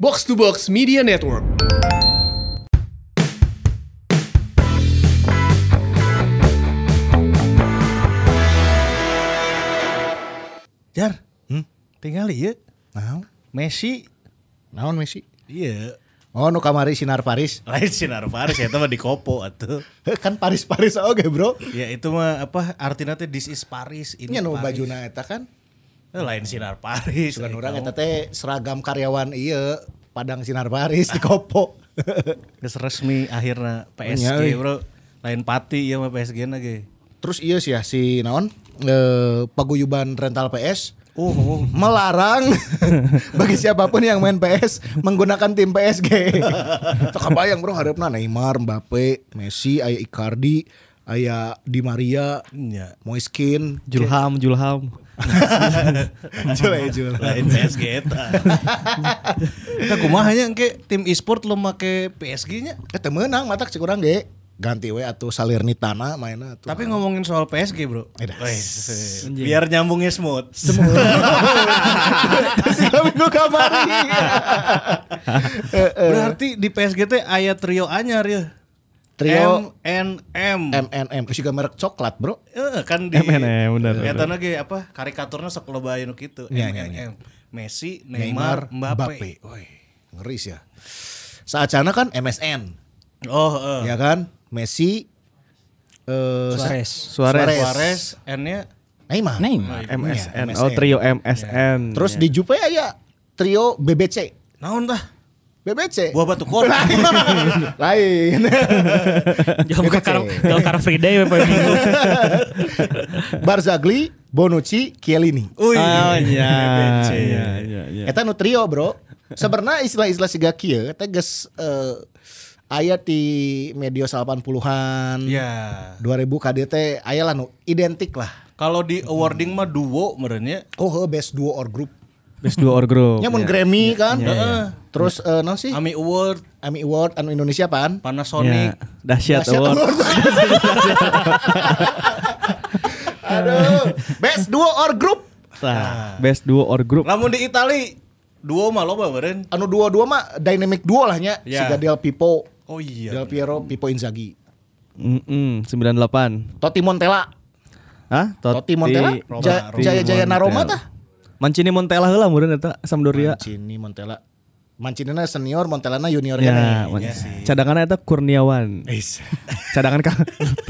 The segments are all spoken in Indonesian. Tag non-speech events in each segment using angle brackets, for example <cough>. Box to Box Media Network. Jar, Hmm? tinggal iya. Naon? Messi, Naon Messi? iya. Oh, nu kamari sinar Paris. Lain sinar Paris ya, itu mah di Kopo atuh. Heh, kan <laughs> Paris-Paris oge, Bro. Ya itu mah apa artinya teh this is Paris ini. Nya nu Paris. bajuna eta kan Eh, Lain sinar Paris. sugan Eh, urang kamu eta teh seragam karyawan ieu Padang Sinar Paris di Kopo. geus resmi akhirnya Nya, PSG euy. bro. Lain pati ya mah PSG na ge. Terus iya sih ya si naon eh, paguyuban rental PS Oh, oh, oh. melarang <laughs> bagi siapapun yang main PS menggunakan tim PSG. Teu bayang bro harapna Neymar, Mbappe, Messi, aya Icardi, aya Di Maria, Nya. Moiskin, <laughs> Julham, Julham. Jul eh, aya Jul. Lain PSG <laughs> eta. Eta kumaha nya engke tim e-sport lo make PSG nya. Eh teu menang matak cek urang ge. Ganti we atuh Salernitana mainna <laughs> atuh. Tapi ngomongin soal PSG bro. Edas. Wes, Biar nyambungnya smooth. <laughs> Sila minggu kamari. Eh, Berarti di PSG teh aya trio anyar ya. Trio- M N M. MNM juga merek coklat, Bro. Eh, kan di MNM, benar, benar. Eta lagi apa karikaturnya sekeloba anu kitu. Iya, MNM. iya, iya. Messi, Neymar, Mbappe. Woi, ngeri sih ya. Saacana kan MSN, Oh, eh. ya kan? Messi eh Suarez. Sa- Suarez. Suarez, N-nya Neymar. Neymar. Iya, MSN. Oh, trio Hmm, MSN. Terus ya. di Juve aya trio BBC. naon tah? BBC. Buah batu kota. <laughs> Lain. <laughs> jauh ke Car, jauh Car Free Day Bapak Minggu. Barzagli, Bonucci, Chiellini. Uy. <laughs> Oh iya. Bence. Iya, iya, iya. Eta nu trio bro. Sebenarnya istilah-istilah siga kieu eta geus eh, aya di media 80-an. Ya. 2000 KDT aya lah nu identik lah. Kalau di awarding mah duo merenya. Oh, heuh, best duo or group. <laughs> Best duo or group. Nya mun Iya. Grammy kan. iya, iya. Heeh. Terus eh naon sih? Ami Award, Ami Award anu Indonesia apaan? Panasonic. Iya. Dahsyat Dahsyat Award. <laughs> Aduh, best duo or group. Nah. Tah, Best duo or group. Lamun di Itali duo mah loba meureun. Anu dua-dua mah dynamic duo lah nya. Ya. Siga Del Pipo, Oh iya. Del Piero, Pipo Inzaghi. Mm-mm, 98. Totti Montella. Hah? Totti Montella? Roma, Ja- Roma. Jaya-jaya na Roma tah? Mancini Montella heula mureun eta Sampdoria. Mancini Montella. Mancinina senior, Montellana junior Ya, kan. cadangan eta Kurniawan. Eh. <laughs> Cadangan ka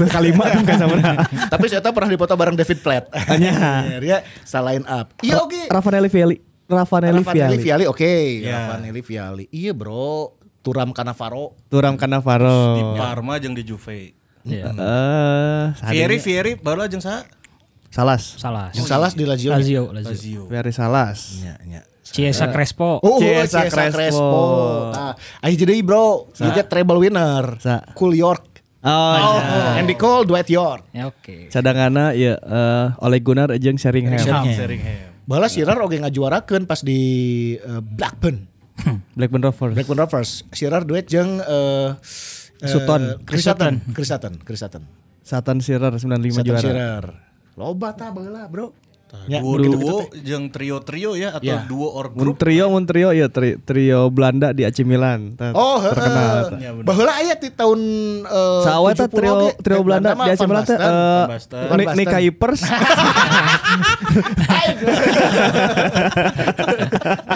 kalima tong ka <laughs> sabaraha. <laughs> Tapi saya pernah dipoto bareng David Platt. Anya. <laughs> Dia salahin up. Iya oke. Ravanelli Vialli. Ravanelli Ravanelli Vialli Vialli. oke. Ya. Ravanelli Vialli. Iya bro. Turam Kanavaro. Turam Di Cannavaro. Parma jeung di Juve. Iya. Eh, Fieri, Fieri, baru aja sa Salas. Salah. Yang salah di Lazio. Lazio, Lazio. Lazio. Very Salas. Ya, ya. Chiesa Crespo. Oh, Chiesa Chiesa Crespo. Crespo. Nah, ayo jadi bro, you get treble winner. Sa. Cool York. Oh, iya. Andy Cole, Dwight York. Ya oke. Cadangana ya eh, Ole Gunnar jeung Sheringham. Sheringham. Balas Sirar oke ngajuarakeun pas di eh, Blackburn. Blackburn Rovers. Blackburn Rovers. Sirar duet jeung eh, eh, Sutton. Chris Sutton. Chris Sutton. Chris Sutton. Satan Shearer 95 Sutton juara. Sirar. Loba tah baheula, bro. Ya, Duo-duo gitu jeung trio-trio ya atau Ya. duo or Mun grup. trio mun trio ya tri- trio Belanda di AC Milan. Ta- Oh, terkenal. eta. heeh. Baheula aya di tahun eh, Sawa eta 70 trio ge. trio Belanda mah di AC Van Milan teh Basten. eh, Van Basten. Nick- Nick Van Basten. Kuipers. <laughs>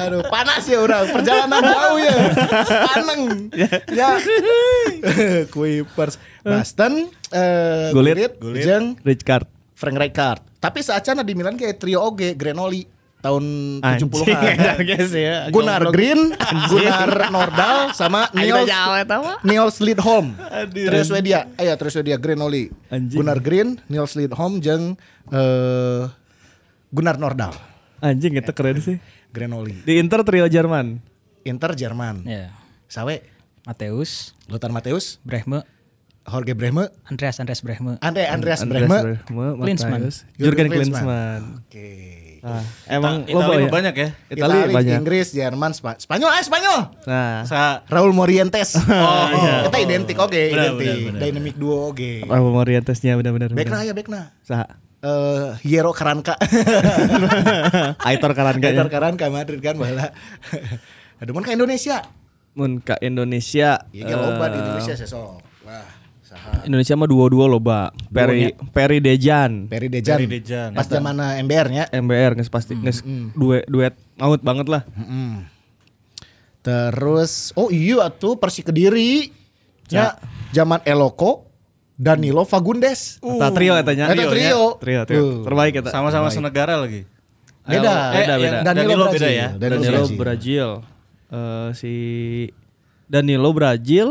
Aduh, panas ya orang. Perjalanan jauh ya. <laughs> Aneng. Ya. <laughs> Kuipers. Basten, eh Gulit. <laughs> Gulit, jeung Richard. Frank Rijkaard. Tapi saatnya di Milan kayak trio oge Grenoli tahun Anjing, 70-an. guys ya. Gunnar Green, Gunnar Nordahl sama Niels Niels Lidholm. Trio Swedia. Aya trio Swedia Grenoli. Anjing. Gunnar Green, Niels Lidholm jeung eh Gunnar Nordahl. Anjing itu keren sih. Grenoli. Di Inter trio Jerman. Inter Jerman. Ya. Sawe Mateus, Lothar Matthäus, Brehme, Jorge Brehme, Andreas Andreas Brehme. Andre Andreas Brehme. Klinsmann. Matthäus, Jurgen Jurgen Klinsmann. Klinsmann. Oke. Ah, Ta- emang Itali loba ya. mah banyak ya. Itali Itali, banyak. Inggris, Jerman, Spa- Spanyol, ah Spanyol. Nah, Sa Raul Morientes. Oh, iya. Kita identik oke, Benar, identik. benar, benar. Dynamic duo oke. Raul Morientesnya benar-benar. Bekna ya Bekna. Sa. Eh, Hierro Karanka. Aitor Karanka. Aitor Karanka Madrid kan bala. <laughs> Aduh, mun ka Indonesia. Mun ke Indonesia. Iya, ge loba di eh, Indonesia sesok. Wah, saha. Indonesia mah dua-dua loba. Peri Peri Dejan. Peri Dejan. Peri Dejan. Pas zaman eh, MBR-nya. MBR nges Hmm, pasti nges duet duet maut banget lah. Mm. Terus oh iya atuh Persi Kediri. Ya, zaman Eloko Danilo Fagundes. Eta trio katanya. Uh. Eta trio. Trio, trio. Uh. Terbaik kita. Sama-sama senegara lagi. Beda. Eh, beda, beda. yang Danilo, Danilo Brazil. beda ya? Danilo, Danilo Brazil. Brazil. Eh, si Danilo Brazil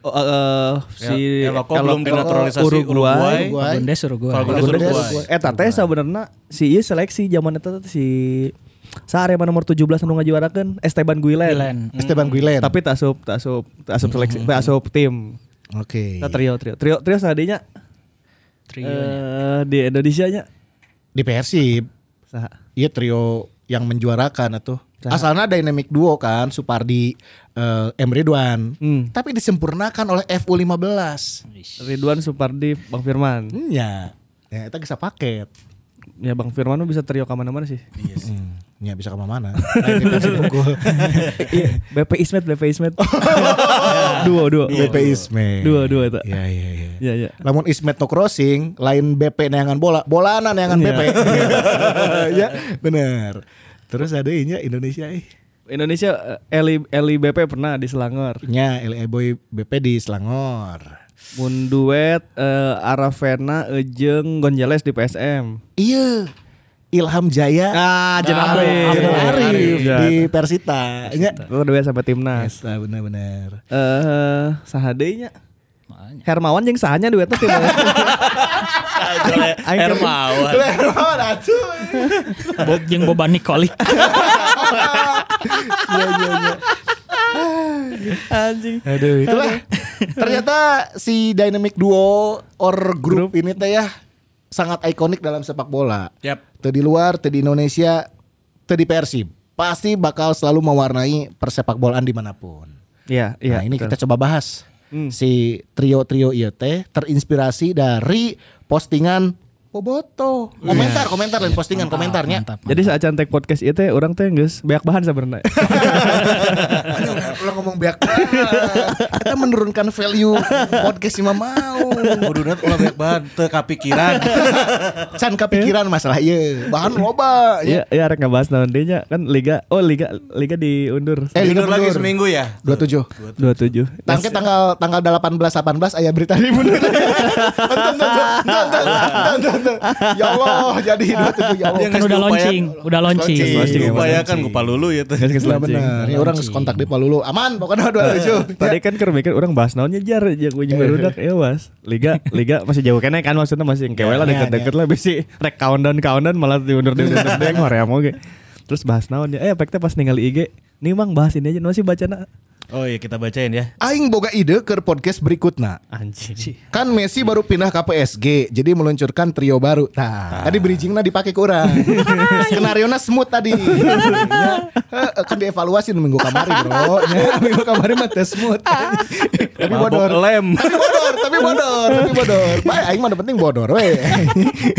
eh, eh, si Ya, Eloko belum dinaturalisasi Uruguay. Uruguay. Uruguay. Fagundes Uruguay. Fagundes Fagundes Uruguay. Uruguay. Eta teh Eh, ya sebenarnya si ieu seleksi zaman eta teh si Sarema nomor 17 anu ngajuarakeun Esteban Guilen. Guilen. Hmm. Esteban Guilen. Hmm. Tapi tak asup, tak asup, tak asup seleksi, tak asup tim. Oke. Kita trio, trio, trio, trio sadinya Trio. di Indonesia nya. Di Persib, Saha? iya trio yang menjuarakan atuh. Nah. Asalnya dynamic duo kan Supardi eh, M Ridwan. Hmm. Iya. Tapi disempurnakan oleh FU15. Ridwan Supardi, Bang Firman. Hmm, ya. Ya, eta geus paket. Ya Bang Firman mah bisa trio ke mana-mana Iya sih. Hmm, ya bisa ke <laughs> mana? Lain di Persib <laughs> unggul. Iya, BP Ismet, BP <laughs> Ismet. Duo, duo. BP Iya, Ismet. Dua, dua itu. Iya, iya, iya. Iya, iya. Lamun Ismet no crossing, lain BP neangan bola, bolana neangan Iya. <laughs> <laughs> BP. ya, bener. Terus ada inya Indonesia eh. ih. Indonesia eh, Eli Eli BP pernah di Selangor. Nya LA Boy BP di Selangor. Mun duet eh, Aravena Ejeng Gonzales di PSM. Iya. Ilham Jaya. Ah, Jenal Arif. Jenal Arif Iya. di Persita. Nya. Itu duet sampai timnas. Nah, bener-bener. Eh sahadenya Hermawan jeung sahanya duetnya tim. <laughs> Aing- Hermawan. Hermawan atuh. Bob jeung Boban Nikolik. Anjing. Aduh, itulah. Ternyata si dynamic duo or group, ini teh ya sangat ikonik dalam sepak bola. Yap. Tuh di luar, tuh di Indonesia, tuh di Persib. Pasti bakal selalu mewarnai persepak bolaan dimanapun. Iya, iya. nah ini betul. kita coba bahas. Hmm. Si trio-trio ieu teh terinspirasi dari postingan Boboto. Komentar, komentar lain postingan komentarnya. Iya. Mantap. Jadi saat cantik podcast itu orang teh geus banyak bahan <laughs> sebenarnya. Aduh, Lo ngomong beak banget. <laughs> Kita menurunkan value podcast si Mamau. Kuduna ulah banyak bahan teu kapikiran. Can kepikiran masalah iya Bahan loba ya. Iya, iya arek ngebahas naon deui nya kan liga. Oh, liga liga diundur. Eh, Tidur lagi mundur. seminggu ya? 27 27. Tangke tanggal tanggal 18 18 aya berita <laughs> di mundur. Entah, entah, entah, entah, entah, entah, entah. Ya Allah, jadi 27 ya Allah. Dia nggak Kan udah seupaya- launching, udah Launching. launching. Launching, Launching. emang Upayakan gupa lulu ya teh. Geus geus Ya launching. benar. Ini orang geus kontak di Palulu. Aman pokoknya 27. Tadi kan keur mikir orang bahas naonnya jar jeung ujung barudak ya was. Liga liga masih jauh kene kan maksudnya masih yang kewe Ya, lah ya, deket-deket lah bisi rek countdown countdown malah diundur diundur deng hoream oge. Terus bahas naonnya. Eh efeknya pas ningali IG Nih mang bahas ini aja masih bacana Oh iya kita bacain ya. Aing boga ide ke podcast berikutnya. Anjing Kan Messi baru pindah ke PSG, jadi meluncurkan trio baru. Nah, tadi bridgingnya dipakai kurang. Skenario smooth tadi. Ya, eh, eh, kan dievaluasi di minggu kemarin, bro. Ya, minggu kemarin mah teh smooth. tapi Mabok bodor. lem. Tapi bodor, tapi bodor, tapi bodor. Baik, aing mah ada penting bodor we.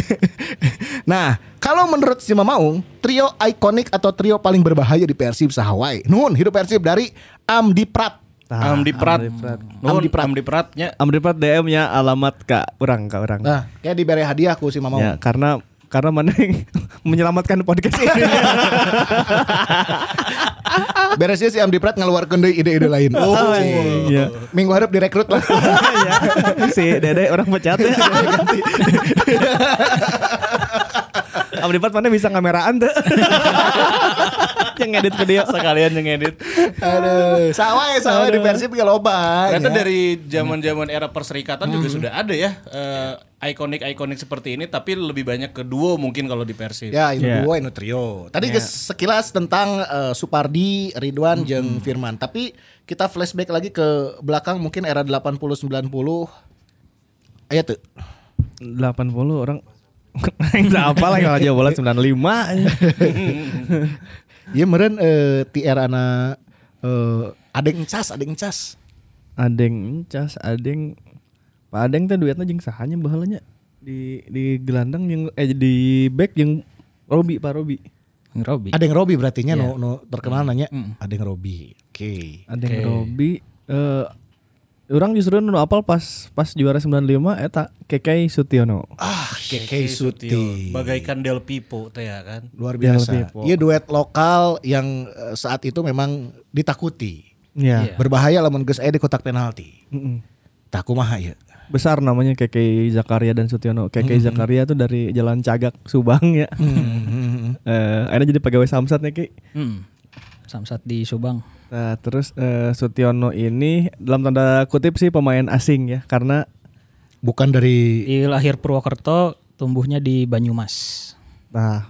<laughs> nah, kalau menurut si Mamaung, trio ikonik atau trio paling berbahaya di Persib sahawai. Nun, hidup Persib dari Amdi Prat. Ah, Tah, Amdi Prat. Nuhun, Amdi Prat. Amdi Pratnya. Amripat DM-nya alamat ke orang ke orang. Nah, kayak diberi hadiah ku si Mamaung. Ya, karena karena mana yang <laughs> menyelamatkan podcast ini. Beresnya si Amdi Prat ngeluarkan deui ide-ide lain. Oh, cing. Iya. Minggu harap direkrut lah. Ya, si Dede orang pecat. ya. Amripat mana bisa kameraan tuh. yang ngedit video. Sekalian yang edit. Aduh, sawai sawai di Persib ge loba. Ternyata ya. dari zaman-zaman era perserikatan juga sudah ada ya eh, ikonik-ikonik seperti ini tapi lebih banyak ke duo mungkin kalau di Persib. Ya, ini Ya. dua, ini trio. Tadi geus sekilas tentang eh, Supardi, Ridwan, jeung Firman. Tapi kita flashback lagi ke belakang mungkin era 80 90. Aya Iya, tuh. 80 orang Enggak apa lah kalau Jawa bola 95 Ieu meureun eh, ti era na eh, adeng cas, adeng cas. Adeng Cas, Adeng Pak Adeng teh duetnya jeung sahanya bahalanya di di gelandang yang eh di back yang Robi Pak Robi. Robi. Ada yang Robi berarti nya nu, nu terkenal nanya ada yang Robi. Oke. Ada yang Robi eh orang justru nu apal pas pas juara 95 eta Keke Sutiono. Ah, Keke Suti. Sution. Bagaikan Del Pipo teh ya kan. Luar Yang lebih, biasa. Po. Iya duet lokal yang eh, saat itu memang ditakuti. Iya. Berbahaya lamun geus aya di kotak penalti. Mm-mm. Takumaha ya. Besar namanya Keke Zakaria dan Sutiono. Keke Zakaria tuh dari Jalan Cagak Subang ya. Eh, akhirnya jadi pegawai Samsatnya Ki. Hmm. Samsat di Subang. Nah, terus eh, Sutiono ini dalam tanda kutip sih pemain asing ya karena Bukan dari Di lahir Purwokerto, tumbuhnya di Banyumas. nah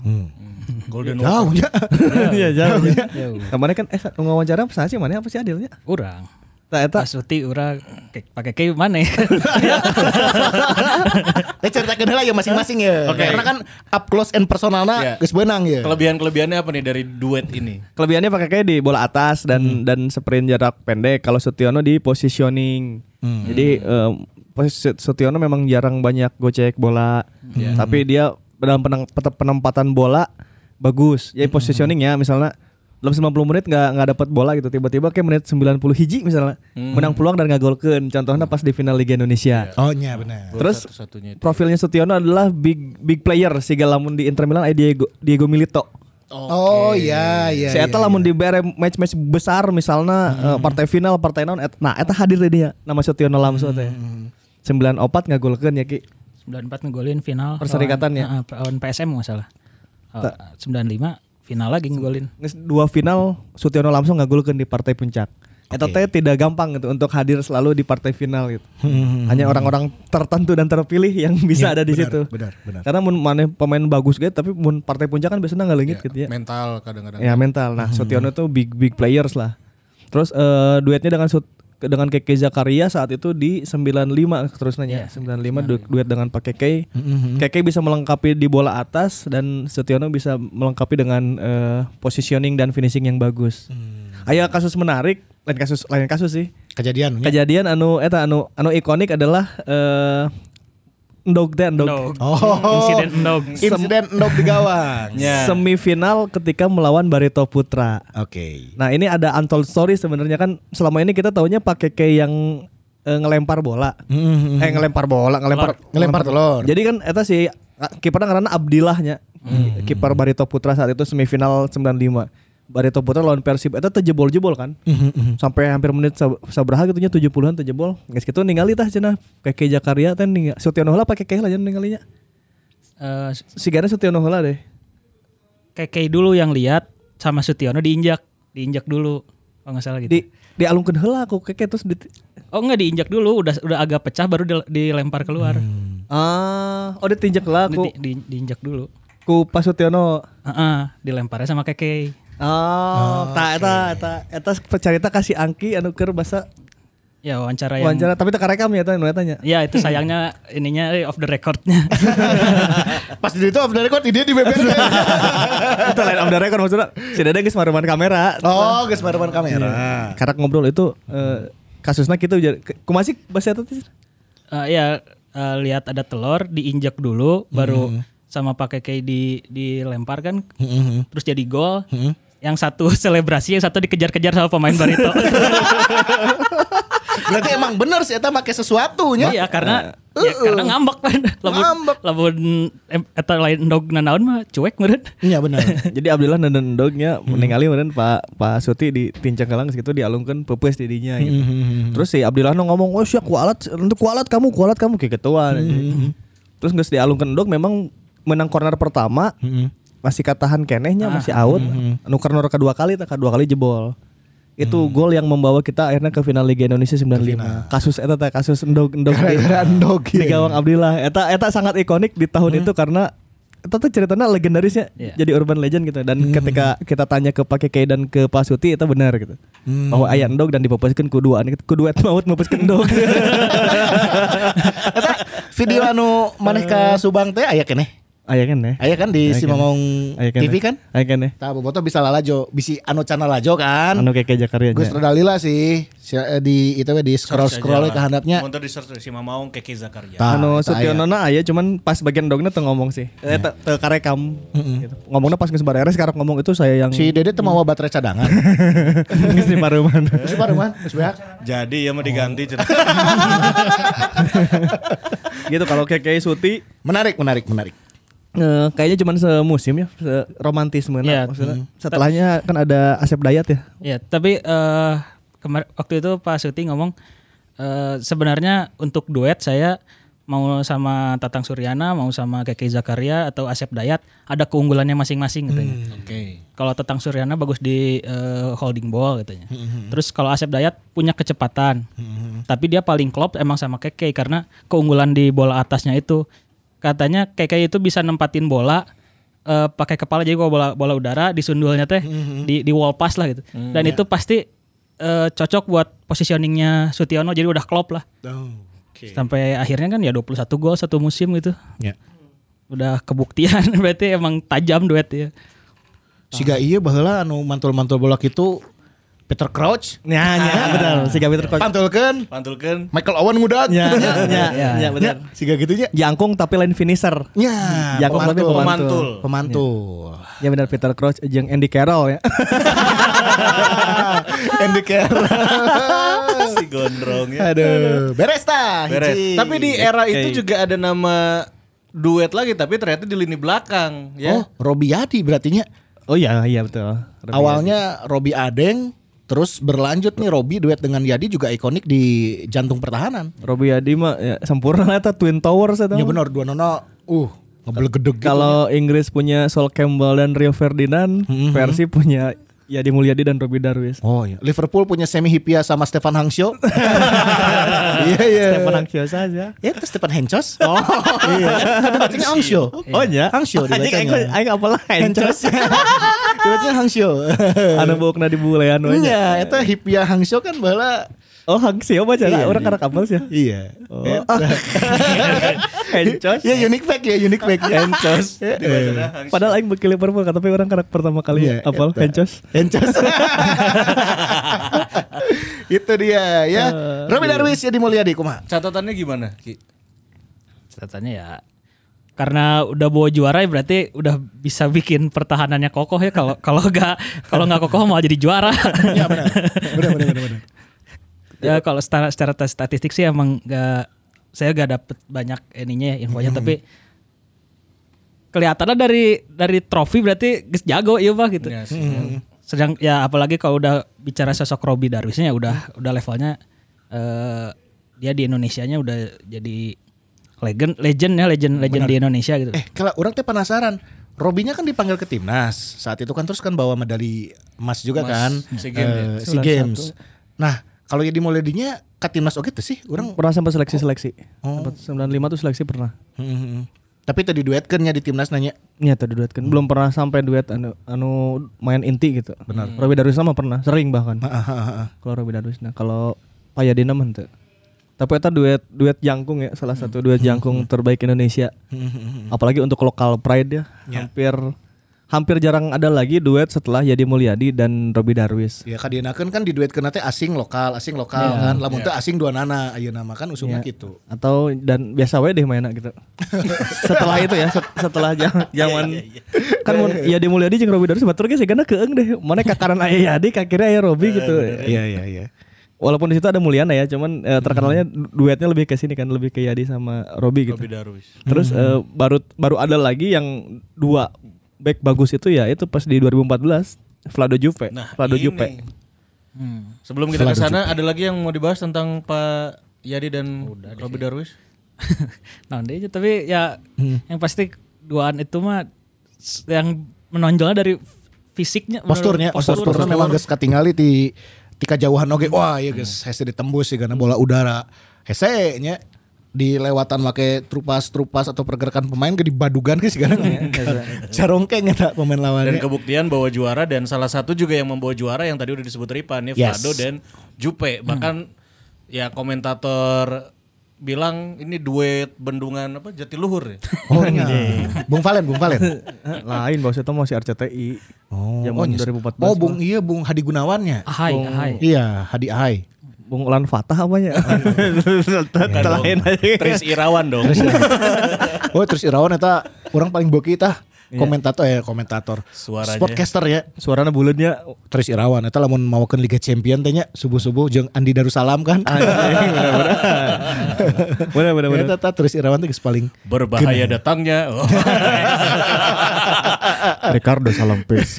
Golden jauhnya. <laughs> iya jauh ya. Jauh. Kemarin kan eh ngawancara sah sih mana apa sih adilnya? Urang. Nah, eta Pas Uti urang ke- pakai kayak mana? ya? <laughs> Teh cerita kendala ya masing-masing ya. Oke. Karena kan up close and personalna Iya. geus beunang ya. Kelebihan-kelebihannya apa nih dari duet ini? Kelebihannya pakai kayak di bola atas dan dan sprint jarak pendek. Kalau Sutiono di positioning. Jadi em, posisi Sutiono memang jarang banyak gocek bola. Ya. Tapi dia dalam penang- pet- penempatan bola bagus. Jadi positioningnya misalnya dalam 90 menit nggak nggak dapat bola gitu tiba-tiba kayak menit 90 hiji misalnya menang peluang dan nggak golkeun contohnya pas di final Liga Indonesia Oh iya benar. terus Satu-satunya itu. profilnya Sutiono adalah big big player sehingga lamun di Inter Milan ada Diego Diego Milito Oh iya iya. si iya, Hmm. eta lamun dibere match-match besar misalnya eh, partai final partai non et- nah eta hadir deh dia nama Sutiono Lamso Hmm. teh. 94 ngagolkeun ya Ki. 94 ngegolin final. Perserikatan ya? lawan- Heeh, lawan PSM nggak salah. Oh, 95 final lagi ngegolin. Nges dua final Sutiono Lamso ngagolkeun di partai puncak. Eta teh tidak gampang gitu untuk hadir selalu di partai final gitu. Hanya orang-orang tertentu dan terpilih yang bisa ada di Hmm. Iya, benar, situ. benar, benar. Karena mun maneh pemain bagus gitu tapi mun partai puncak kan biasanya Iya, ngalengit gitu ya. Mental kadang-kadang. Ya mental. Nah, Sotiono tuh big big players lah. Terus eh, duetnya dengan Sut- dengan Keke Zakaria saat itu di 95 terus nanya. 95 du- duet dengan Pak Keke. Keke bisa melengkapi di bola atas dan Sotiono bisa melengkapi dengan eh, positioning dan finishing yang bagus. Ayo kasus menarik, lain kasus lain kasus sih. Kejadian. iya. Kejadian anu eta anu anu ikonik adalah eh Ndog teh Ndog. Oh. Insiden endog. Insiden endok di gawang. Semifinal ketika melawan Barito Putra. Oke. Nah ini ada untold story sebenarnya kan selama ini kita taunya pakai kayak yang eh, ngelempar bola, eh ngelempar bola, ngelempar Ngelempar telur. Jadi kan eta si ah, kipernya karena Abdillahnya, kiper Barito Putra saat itu semifinal 95. Barito Putra lawan Persib eta teu jebol-jebol kan. Sampai hampir menit sab- sabaraha gitu nya 70-an teu jebol. Geus kitu ningali tah cenah Keke Jakaria teh ninga- Sutiono heula pakai Keke lah jeung ninggalinya. Eh, Sigana Sutiono heula deh. Keke dulu yang lihat sama Sutiono diinjak, diinjak dulu. Oh nggak salah gitu. Di dialungkeun heula ku Keke terus di Oh nggak diinjak dulu, udah udah agak pecah baru dile- dilempar keluar. Ah, oh ditinjak lah Di- ku di- diinjak dulu. ku Pasutiono Heeh, dilemparnya sama Keke. Oh, Ah, tak eta eta eta cerita kasih Angki anu keur basa Ya wawancara yang wawancara tapi teu karekam ya tanya tanya. <laughs> Ya itu sayangnya ininya eh, off the recordnya. Pas di itu off the record ide di BBM. <laughs> Itu lain of the record maksudnya. Si Dede geus maruman kamera. oh, geus bareman kamera. Karena ngobrol itu eh, kasusnya kita ujar kumasih basa eta teh. Eh, ya eh, lihat ada telur diinjak dulu, baru sama pakai kayak di dilempar kan, terus jadi gol. Yang satu <laughs> selebrasi, yang satu dikejar-kejar sama pemain Barito. Berarti emang bener sih eta make sesuatunya. Iya karena ya, karena ngambek kan. Lamun Ngambek. lamun em, eta lain dog nanaon mah cuek meureun. Iya bener. <laughs> Jadi Abdullah nendendognya meninggali meureun Pak Pak Suti di tincang gelang gitu dialungkeun peupeus di dinya gitu. Terus si Abdullah nu ngomong, "Oh, sia kualat, untuk kualat kamu, kualat kamu kayak ketua." Terus geus dialungkeun dog memang menang corner pertama. Masih katahan kenehnya masih out. Mhm. Anu corner kedua kali, tah, kedua kali jebol. Itu gol yang membawa kita akhirnya ke final Liga Indonesia 95. Kasus eta teh kasus endog-endog di, endog, iya. Mhm. di gawang Abdullah. Eta eta sangat ikonik di tahun itu karena itu tuh ceritanya legendarisnya Iya. jadi urban legend gitu dan Mhm. ketika kita tanya ke Pak Kei dan ke Pak Suti itu benar gitu Mhm. bahwa ayah endog dan dipopeskan kuduan gitu kuduet maut <laughs> mopeskan endog Eta video anu maneh ka Subang teh aya keneh. Aya kan ya? Aya kan di Aya si kan. Mamong Aya kan TV ya? kan? Aya kan ya? Tah bobotoh bisa lalajo, bisi anu channel lajo kan. Anu keke Jakaria Gus nya. rada lila sih si, eh, di itu we, di scroll scroll ke handapnya. Untuk di search si Mamaung Keke Zakaria. Tah, Anu tah aya. Sutiono na aya cuman pas bagian dogna teu ngomong sih. Eh teu teu karekam. Gitu. Ngomongna pas geus bareres karep ngomong itu saya yang <laughs> Si Dede teu mau baterai cadangan. geus di paruman. Geus paruman, geus beak. Jadi ya mau diganti cerita. Gitu kalau keke Suti Menarik, menarik, menarik. eh, kayaknya cuman semusim ya se- romantisme nah, Iya. maksudnya. Setelahnya kan ada Asep Dayat ya. Ya, tapi eh kemar- waktu itu Pak Suti ngomong eh, sebenarnya untuk duet saya mau sama Tatang Suryana, mau sama Keke Zakaria atau Asep Dayat ada keunggulannya masing-masing katanya. <laughs> Oke. Kalau Tatang Suryana bagus di eh, holding ball katanya. Terus kalau Asep Dayat punya kecepatan. Tapi dia paling klop emang sama Keke karena keunggulan di bola atasnya itu. Katanya Keke itu bisa nempatin bola eh, pakai kepala jadi kalau bola bola udara disundulnya teh di di wall pass lah gitu. Dan itu pasti eh, cocok buat positioningnya Sutiono jadi udah klop lah. Sampai akhirnya kan ya 21 gol satu musim gitu. Ya. Udah kebuktian <laughs> berarti emang tajam duet ya. Siga ieu baheula anu mantul-mantul bola itu Peter Crouch. Nya nya benar Ah, si Gabi terkocok. Pantulkeun Pantulkan. Michael Owen ngudag. Nya nya nya, Ya. nya benar. Siga gitu nya. Jangkung tapi lain finisher. Ya, Jakob tapi pemantul. pemantul. Pemantul. Ya benar Peter Crouch jeung Andy Carroll ya. Andy Carroll. si gondrong ya. Aduh, beres tah. Beres. hiji. Tapi di era Oke. itu juga ada nama duet lagi tapi ternyata di lini belakang Oh, ya. Robi Yadi berartinya Oh iya iya betul. Robi awalnya Robi Adeng terus berlanjut nih Robi duet dengan Yadi juga ikonik di jantung pertahanan. Robi Adi mah ya, sempurna lah eta Twin Towers eta. Ya mah. benar dua nono. Uh, ngebel gedeg gitu. Kalau Inggris punya Sol Campbell dan Rio Ferdinand, Persi punya Yadi Mulyadi dan Robi <laughs> Darwis. Oh iya. Liverpool punya Semi Hipia sama Stefan <laughs> Hangcio. Iya iya. Stefan Angkios aja. Ya itu Stefan Hencos. Oh iya. Tapi bacanya Hangcio. Oh iya. Hangcio <laughs> dibacanya. Aing apalah Hencos. <laughs> dibacanya Hangcio. Anu bokna di bulean we nya. Iya, itu Hipia Hangcio kan bala Oh Hangsio mah cara Iya, orang iya. karena kapal sih. Iya. Oh. <laughs> iya, <laughs> Hencos. Ya unique fact ya, unique fact. Hencos. iya. Padahal aing beki Liverpool kan, tapi orang karena pertama kali ya, Iya, apal eta. Hencos. Hencos. Itu dia ya. Robi Darwis jadi Mulyadi kumaha? Catatannya gimana? Ki? catatannya ya karena udah bawa juara ya berarti udah bisa bikin pertahanannya kokoh ya kalau kalau nggak kalau nggak kokoh malah jadi juara Ya benar. <laughs> Benar benar benar. benar. Iya. ya kalau secara secara tes statistik sih emang nggak saya nggak dapet banyak ininya ya, infonya Hmm. tapi kelihatannya dari dari trofi berarti geus jago iya pak gitu Iya sih. sedang ya apalagi kalau udah bicara sosok Robi Darwisnya ya udah udah levelnya eh dia di Indonesianya udah jadi legend legend ya legend legend di Indonesia gitu Eh, kalau orang teh penasaran. Robinya kan dipanggil ke timnas. Saat itu kan terus kan bawa medali emas juga Emas. kan. SEA Games ya. Eh, SEA Games. Nah, kalau jadi Mulyadinya ke timnas oke tuh sih orang. Pernah sampai seleksi-seleksi. Sempat 95 tuh seleksi pernah. Hmm. Tapi tadi duetkannya di timnas nanya. Iya tadi duet kan belum pernah sampai duet anu, anu main inti gitu. Benar. Robi Darwis sama pernah, sering bahkan. Ah, ah, ah, ah. Kalau Robi Darwis nah kalau Payadina mah henteu. Tapi itu duet duet jangkung ya, salah satu duet jangkung terbaik Indonesia. Apalagi untuk lokal pride ya, hampir hampir jarang ada lagi duet setelah Yadi Mulyadi dan Robi Darwis. Ya kadienakeun kan di duet teh asing lokal, asing lokal Iya. kan. Lamun teh asing dua nana ayeuna mah kan usumna gitu. Atau dan biasa wae deh mainnya <laughs> gitu. setelah itu ya, set- setelah ja- Iya, zaman kan mun Yadi Mulyadi jeung Robi Darwis batur ge sigana keeng deh. Mana kakaran aya Yadi, kakirnya aya Robi gitu. Iya iya iya. Walaupun di situ ada Mulyana ya, cuman eh, terkenalnya du- duetnya lebih ke sini kan, lebih ke Yadi sama Robi Hmm. gitu. Robi Hmm. Darwis. Terus eh, baru baru ada lagi yang dua back bagus itu ya itu pas di 2014 Vlado Juve, Nah, Vlado ini. Hmm. Juve. Sebelum kita ke sana ada lagi yang mau dibahas tentang Pak Yadi dan Robi Darwis. <laughs> nah dia aja tapi ya Hmm. yang pasti duaan itu mah s- yang menonjolnya dari f- fisiknya menurut- Posturnya, postur, Hmm. posturnya memang geus katingali ti tika jauhan oge. Wah, iya geus hese ditembus sih karena bola udara. Hese nya dilewatan make trupas-trupas atau pergerakan pemain ke dibadugan ke sih Iya, <laughs> Carongkeng eta pemain Dan lawannya. kebuktian bahwa juara dan salah satu juga yang membawa juara yang tadi udah disebut Ripan ya Yes. Hmm. Vlado dan Jupe. Bahkan ya komentator bilang ini duet bendungan apa <laughs> Jatiluhur ya. <laughs> Oh iya. Bung Valen, Bung Valen. Lain bos itu masih RCTI. Oh, oh, Zaman nyes- 2014 Oh, Bung iya Bung Hadi Gunawannya. Ahai, ahai. Iya, Hadi Ahai. Bung Ulan Fatah <laughs> apanya? Telahin aja. Tris Irawan dong. Oh, terus Irawan eta orang paling boki tah. Komentator eh komentator. Iya. Suaranya. Sportcaster ya. Suaranya bulannya Terus Irawan eta lamun mawakeun Liga Champion teh nya subuh-subuh jeung Andi Darussalam kan. Bener <laughs> bener bener. Eta tah Terus Irawan teh geus paling Berbahaya <laughs> datangnya. Oh. <laughs> Ricardo Salampes.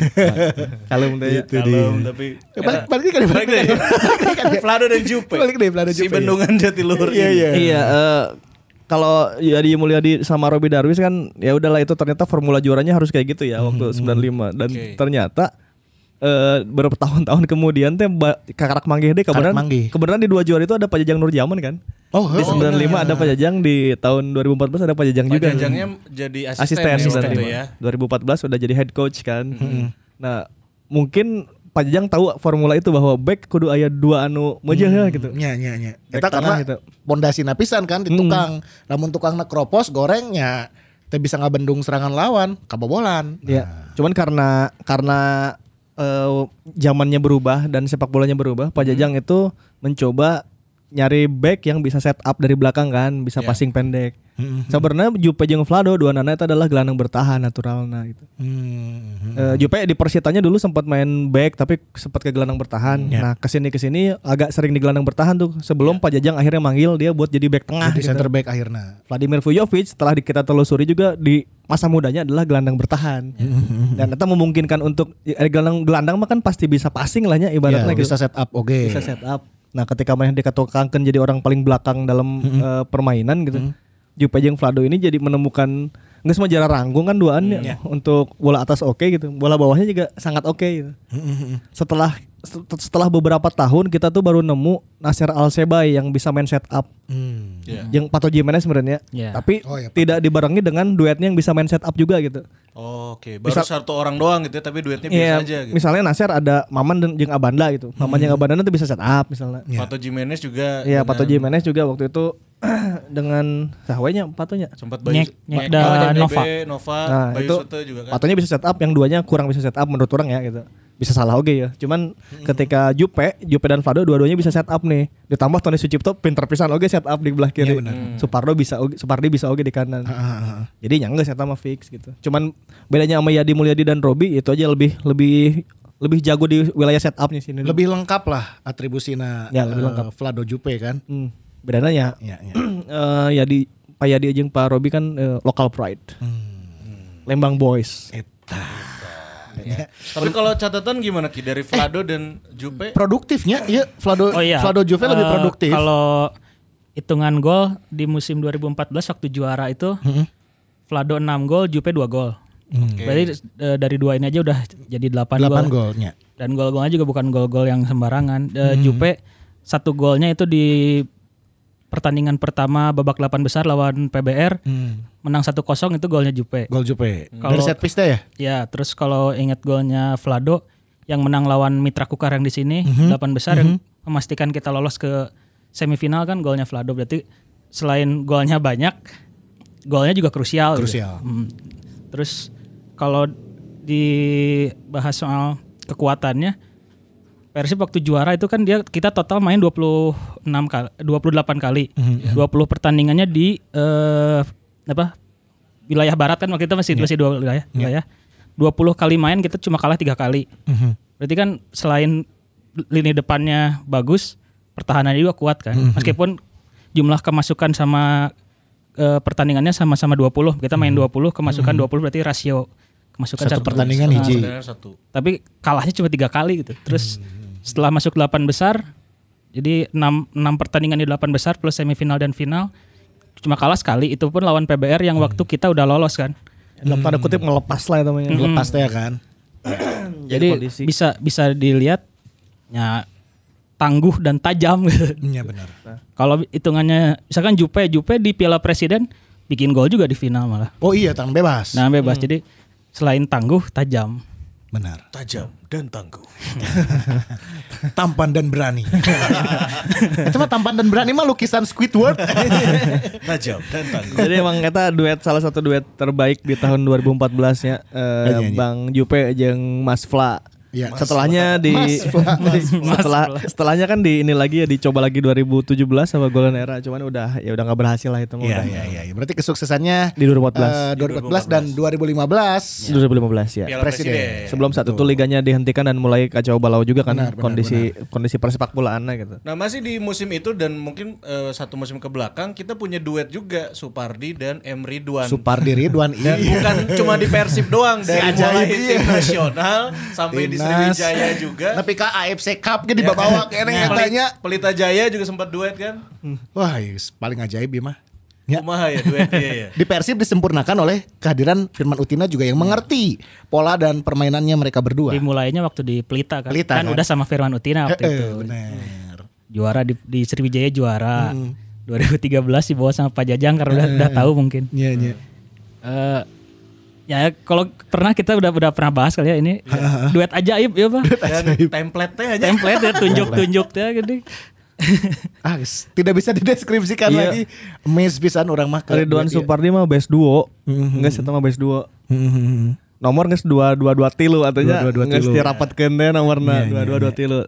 Kalau menurut Gitu Itu Kalem, tapi Eh, <laughs> balik balik deh, balik deh. <laughs> Balik deh. Plado dan Jupe. Balik deh, Vlado Si Jupe. bendungan Jatiluhur. Iya, ini. iya. Iya, eh, kalau Yadi Mulyadi sama Robi Darwis kan ya udahlah itu ternyata formula juaranya harus kayak gitu Hmm, ya waktu 95 dan Oke. ternyata eh beberapa tahun-tahun kemudian teh ba- kakarak manggih deh Kakarak kebenaran manggih. kebenaran di dua juara itu ada Pajajang Nurjaman kan. Oh, di 95 ada Pajajang di tahun 2014 ada Pajajang Pak juga. Jajangnya jadi asisten, asisten, ya waktu Iya. itu 95. ya. Mm-hmm. 2014 udah jadi head coach kan. Nah, mungkin Pajajang tahu formula itu bahwa back kudu aya dua anu meujeung Mm. ya gitu. Nya nya nya. Back Eta tanah karena gitu. Hmm. pondasi napisan kan di tukang. Lamun tukangna kropos gorengnya teh bisa ngabendung serangan lawan kabobolan. Iya. Ya, cuman karena karena eh, zamannya berubah dan sepak bolanya berubah, Mm-hmm. Pak Jajang itu mencoba nyari back yang bisa set up dari belakang Iya. kan, bisa passing pendek. Mm-hmm. Sebenarnya Jupe jeung Vlado dua nana itu adalah gelandang bertahan naturalna gitu. Hmm. Eh, Jupe di Persitanya dulu sempat main back tapi sempat ke gelandang bertahan. Ya. Nah, kesini kesini agak sering di gelandang bertahan tuh sebelum Pak Jajang akhirnya manggil dia buat jadi back tengah. Jadi gitu. center back akhirnya. Vladimir Vujovic setelah di- kita telusuri juga di masa mudanya adalah gelandang bertahan Ya. dan itu memungkinkan untuk eh, gelandang gelandang mah kan pasti bisa passing lah ya Ya, ibaratnya gitu. bisa set up oke. Iya. bisa set up nah ketika main dikatokangkan jadi orang paling belakang dalam Mm-hmm. eh, permainan gitu Jupe jeung Vlado ini jadi menemukan nggak semua jarak rangkung kan duaan Mm-hmm. ya, untuk bola atas oke gitu bola bawahnya juga sangat oke gitu Mm-hmm. setelah set- setelah beberapa tahun kita tuh baru nemu Nasir Al Sebay yang bisa main set up Hmm. Iya. yang Pato Jimenez sebenarnya. Iya. Tapi Oh, iya, Pato. tidak dibarengi dengan duetnya yang bisa main set up juga gitu. Oke, baru satu orang doang gitu ya, tapi duetnya biasa Iya, aja gitu. Mm-hmm. misalnya Nasir ada Maman dan jeung Abanda gitu. Maman jeung Abanda itu bisa set up misalnya. Iya, Pato Jimenez juga Pato Jimenez juga waktu itu <clears throat> dengan sahwanya Patonya. sempat Nyek- Nyek Nyek- oh, dan Nyek Nova. Bebe, Nova, Nah, Bayu itu Suto juga kan. Patonya bisa set up, yang duanya kurang bisa set up menurut orang ya gitu. Bisa salah oke ya. Cuman ketika Jupe, Jupe dan Fado dua-duanya bisa set up nih. Ditambah Tony Sucipto pinter pisan oke set up di belah kiri. Mm. Supardo bisa oge, Supardi bisa oke di kanan. Jadi nyangga set up sama fix gitu. Cuman bedanya sama Yadi Mulyadi dan Robi itu aja lebih lebih lebih jago di wilayah set upnya sini. Lebih lengkap lah atribusina Ya, eh, lebih lengkap. Vlado Jupe kan. hmm, bedanya ya. Ya, ya. <clears throat> eh, Yadi Pak Yadi jeung Pak Robi kan eh, local pride. Lembang Boys. Tapi kalau catatan gimana Ki dari Vlado dan Jupe? Produktifnya ya Vlado Oh iya. Vlado Juve lebih Eh, produktif. Kalau hitungan gol di musim 2014 waktu juara itu Hmm. Vlado 6 gol, Jupe 2 gol. Berarti eh, dari dua ini aja udah jadi 8, 8 gol. golnya. Dan gol-golnya juga bukan gol-gol yang sembarangan. Eh, Jupe satu golnya itu di pertandingan pertama babak 8 besar lawan PBR menang 1-0 itu golnya Jupe. Gol Jupe. Dari Kalau- set piece teh ya? Ya, terus kalau ingat golnya Vlado yang menang lawan Mitra Kukar yang di sini 8 besar yang memastikan kita lolos ke semifinal kan golnya Vlado berarti selain golnya banyak golnya juga krusial. gitu. Krusial. Hmm. Terus kalau dibahas soal kekuatannya Persib waktu juara itu kan dia kita total main 26 kali 28 kali. 20 pertandingannya di eh, apa? wilayah barat kan waktu itu masih masih dua wilayah, wilayah. 20 kali main kita cuma kalah tiga kali. Berarti kan selain lini depannya bagus, pertahanannya juga kuat kan. Mhm. Meskipun jumlah kemasukan sama eh, pertandingannya sama-sama 20. Kita main 20, kemasukan 20 berarti rasio kemasukan Mhm. Satu pertandingan setengah hiji. Mhm, Sebenarnya satu. tapi kalahnya cuma tiga kali gitu. Terus setelah masuk 8 besar, jadi 6, 6 pertandingan di 8 besar plus semifinal dan final cuma kalah sekali. Itu pun lawan PBR Mhm. yang waktu kita udah lolos kan. Dalam tanda kutip ngelepas lah ya temannya. Lepas teh kan. Jadi kondisi- bisa bisa dilihat ya tangguh dan tajam gitu. Iya benar. Kalau hitungannya misalkan Jupe Jupe di Piala Presiden bikin gol juga di final malah. Oh iya, tang bebas. Nah, bebas. Jadi selain tangguh, tajam. Benar. tajam dan tangguh. <laughs> Tampan dan berani. <laughs> Itu mah tampan dan berani mah lukisan Squidward. <laughs> tajam dan tangguh. <laughs> Jadi emang kata duet salah satu duet terbaik di tahun 2014 nya eh, Iya, iya. Bang Jupe jeung Mas Fla. Iya. Mas setelahnya di Mas <laughs> Fla. setelah setelahnya kan di ini lagi ya dicoba lagi 2017 sama Golden Era cuman udah ya udah nggak berhasil lah itu mah Iya udah. iya iya. Berarti kesuksesannya Di 2014. eh, 2014 dan Iya. 2015. 2015 ya. Piala Presiden. Iya, Presiden. Sebelum saat itu liganya dihentikan dan mulai kacau balau juga kan kondisi kondisi persepak bolaannya gitu. Nah masih di musim itu dan mungkin eh, satu musim ke belakang kita punya duet juga Supardi dan M Ridwan. Supardi Ridwan dan iya. bukan cuma di Persib doang dari mulai ajaib, iya. tim nasional sampai di Timnas. Nah, Sriwijaya juga. <laughs> Tapi ke AFC Cup gitu dibawa kene katanya. Pelita Jaya juga sempat duet kan? Wah, yes, paling ajaib ya mah. Ya. Kumaha ya duet iya <laughs> ya. Di Persib disempurnakan oleh kehadiran Firman Utina juga yang mengerti pola dan permainannya mereka berdua. Dimulainya waktu di Pelita kan. Pelita, kan? kan, udah sama Firman Utina waktu Eh, itu. Hmm. bener. Juara di, di Sriwijaya juara. Hmm. 2013 dibawa sama Pak Jajang karena Eh. udah, udah tahu mungkin. Iya, iya. Eh ya kalau pernah kita udah udah pernah bahas kali ya <laughs> ini duet ajaib ya Pak. Dan template-nya aja. Template ya <laughs> tunjuk-tunjuk ya gede. Ah, guys, tidak bisa <laughs> dideskripsikan Iya. lagi. Mes pisan orang mah ke- Ridwan Iya. Supardi mah best duo, nggak satu mah best duo. Mhm. Nomor nggak dua dua dua tilu artinya Dua-dua-dua nggak tilu. Iya, setiap rapat kende nomornya dua dua dua tilu.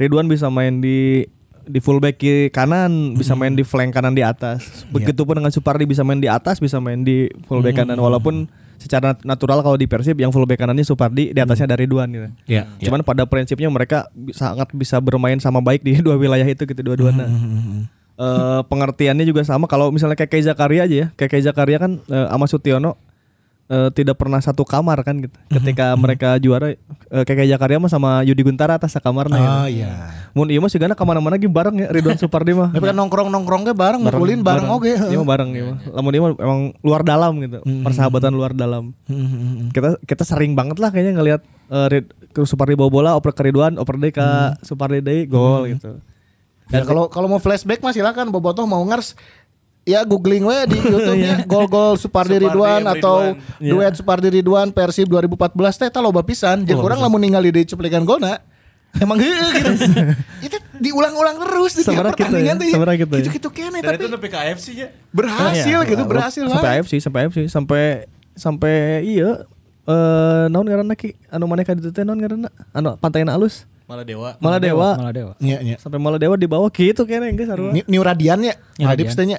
Ridwan bisa main di di fullback kiri kanan, bisa Mhm. main di flank kanan di atas. Iya. Begitupun dengan Supardi bisa main di atas, bisa main di Mhm. fullback kanan walaupun secara nat- natural kalau di Persib yang fullback kanannya Supardi di atasnya dari Ridwan gitu. Iya, Cuman pada prinsipnya mereka bi- sangat bisa bermain sama baik di <laughs> dua wilayah itu gitu dua-duanya. Hmm, Eh, pengertiannya juga sama kalau misalnya kayak Kei Zakaria aja ya. Kayak Kei Zakaria kan eh, sama Sutiono eh, tidak pernah satu kamar kan gitu. Hmm, Ketika mereka juara eh, kayak Kei Zakaria mah sama Yudi Guntara atas sakamarna ya. Oh iya. Mun ieu mah sigana ka mana-mana ge bareng ya Ridwan Supardi mah. <laughs> Tapi kan nongkrong-nongkrong ge bareng, ngumpulin bareng oge. Iya mah bareng ya. Lamun ieu mah emang luar dalam gitu. Hmm, Persahabatan luar dalam. Kita kita sering banget lah kayaknya ngelihat eh, Rid- ke Supardi bawa bola, oper ke Ridwan, oper deui ke Hmm. Supardi deui gol gitu. Ya kalau kalau mau flashback mah silakan Bobotoh mau ngers ya googling we di YouTube ya gol-gol Supardi Supardi Ridwan M. atau duet Ridwan. Supardi Ridwan Persib 2014 teh eta loba pisan. Jeung urang lamun ningali di cuplikan golna emang heueuh gitu. Itu diulang-ulang terus di tiap Sabaraha kita pertandingan ya, tuh. ya. sabaraha kita ya. Gitu-gitu kene Dan tapi itu lebih ke AFC nya. berhasil gitu, Nah, berhasil sampai lah. AFC, sampai AFC, sampai sampai iya eh naon ngaranna ki anu maneka ditu teh naon ngaranna? Anu pantaina alus. Malah Dewa. Maladewa. Malah dewa. Iya, iya. Sampai Maladewa di bawah gitu kayaknya geus sarua. <laughs> Ni- New Radian ya, New Adip Radian. tanya.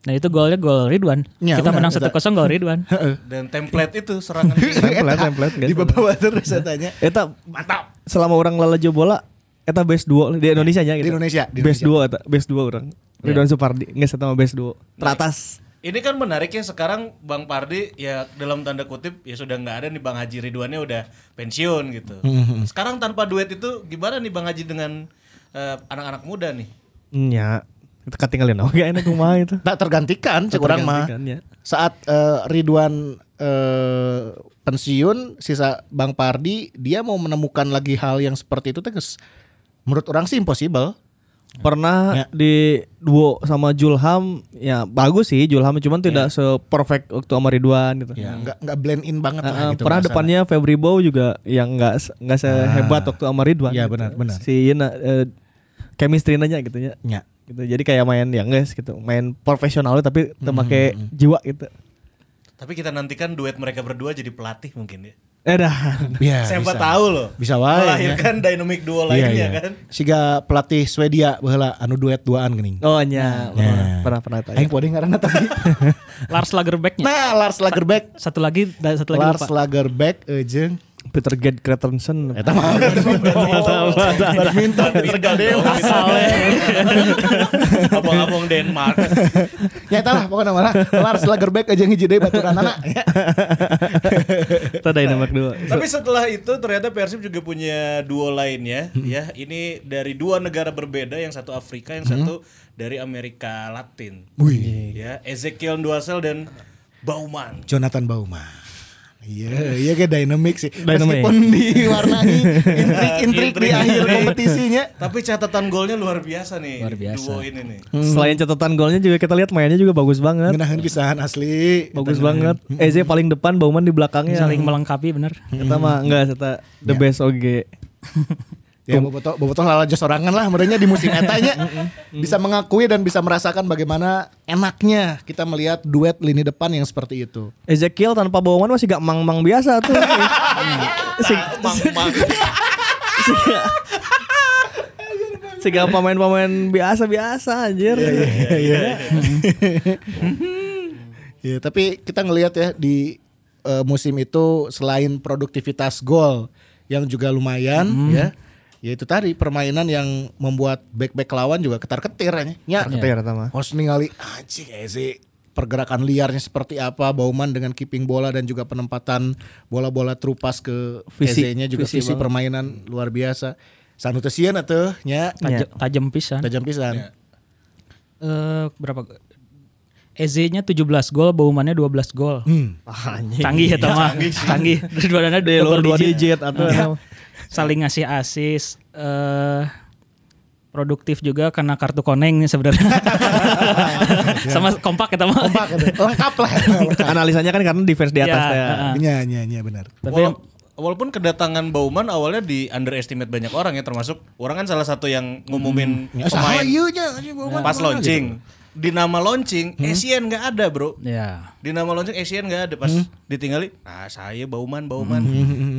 Nah itu golnya gol Ridwan. Ya, kita benar, menang kita- 1-0 gol <laughs> Ridwan. Dan template itu serangan. Template, template, guys. Di bawah terus tanya. Eta mantap. Selama orang lalajo bola, eta best duo di Indonesia nya. gitu. Iya, Di Indonesia, di Indonesia. best Iya. duo eta, best duo orang. Ridwan Supardi nggak sama best duo. Teratas. Ini kan menariknya sekarang Bang Pardi ya dalam tanda kutip ya sudah nggak ada nih Bang Haji Ridwannya udah pensiun gitu. Mm-hmm. Sekarang tanpa duet itu gimana nih Bang Haji dengan eh, anak-anak muda nih? Nya. Itu ketinggalan oke enak kumaha itu. Tak tergantikan cek orang mah. Tergantikan, ya. Saat eh, Ridwan eh, pensiun sisa Bang Pardi dia mau menemukan lagi hal yang seperti itu terus menurut orang sih impossible. Pernah Ya. di duo sama Julham ya bagus sih Julham Iya. cuman tidak se-perfect waktu sama Ridwan gitu. Ya, nggak nggak blend in banget Eh, lah eh, gitu. pernah ngerasa. depannya Febri Bow juga yang nggak se- nggak sehebat waktu sama Ridwan. Ya, gitu. benar, benar. Si Yena eh, chemistry-nya gitu ya. Ya. gitu jadi kayak main ya guys gitu main profesional tapi memakai jiwa gitu Tapi kita nantikan duet mereka berdua jadi pelatih mungkin ya. eh dah Ya, Siapa bisa. tahu loh. Bisa wae, ya. Melahirkan dynamic duo lainnya Iya, iya. kan. Siga pelatih Swedia baheula anu duet duaan geuning. oh nya Ya. pernah pernah Aing tanya kuade ngaranna tadi. Lars Lagerbacknya. <laughs> Nah, Lars Lagerbeck. Satu lagi, da- satu lagi Lars lupa. Lagerbeck eh, jeung Peter Gerd Christensen eta <laughs> mah badminton. Abang-abang Denmark. <laughs> Ya eta lah pokokna mah Lars Lagerbeck aja ngiji deui baturan <laughs> anak. itu dynamic dua Tapi setelah itu ternyata Persib juga punya duo lainnya ya. Ini dari dua negara berbeda, yang satu Afrika, yang satu dari Amerika Latin. Hmm. Wih. Ya, Ezekiel Duasel dan Bauman. Jonathan Bauma. Iya, iya kayak dynamic sih. Dynamic. Meskipun diwarnai intrik-intrik di akhir kompetisinya. Tapi catatan golnya luar biasa nih. Luar biasa. Duo ini nih. Selain catatan golnya juga kita lihat mainnya juga bagus banget. Ngenahin pisahan asli. Bagus banget. EJ paling depan, Bauman di belakangnya. saling melengkapi bener Kita mah enggak serta the best OG. Ya Bobotoh, Bobotoh lalajo sorangan lah merenya di musim etanya bisa mengakui dan bisa merasakan bagaimana enaknya kita melihat duet lini depan yang seperti itu. Ezekiel tanpa Bauman masih gak mang-mang biasa tuh. Iya. si, Mang, mang. si, si gak pemain-pemain biasa-biasa anjir. Iya, Ya, tapi kita ngelihat ya di eh, musim itu selain produktivitas gol yang juga lumayan Hmm. ya, ya itu tadi permainan yang membuat back-back lawan juga ketar-ketir ya. Ya, Ketir eta mah. Harus ningali anjing Eze pergerakan liarnya seperti apa Bauman dengan keeping bola dan juga penempatan bola-bola terupas ke Fisik, Eze-nya juga fisik visi banget. permainan luar biasa. Sanutesian atau nya Tajem, tajem pisan tajam Ya. pisan. Eh, berapa EZ-nya 17 gol, Baumannya 12 gol. Hmm. Anjing. Canggih ya mah. <laughs> Canggih. Dua-duanya Di luar dua double digit. digit atau Iya. Saling ngasih asis eh produktif juga karena kartu koneng nih <laughs> sebenarnya. Sama kompak ya mah. Kompak, eta. lengkap lah. analisanya kan karena defense di atas Iya, ya. heeh. Nya nya nya benar. Tapi Wala- walaupun kedatangan Bauman awalnya di underestimate banyak orang ya termasuk orang kan salah satu yang ngumumin Ya, saha pemain ieu nya, anjing, Bauman, pas Bauman, gitu. Hmm. launching. Di nama launching, Asian nggak ada bro. ya. Di nama launching Asian nggak ada pas Hmm. ditinggali. Nah saya Bauman Bauman.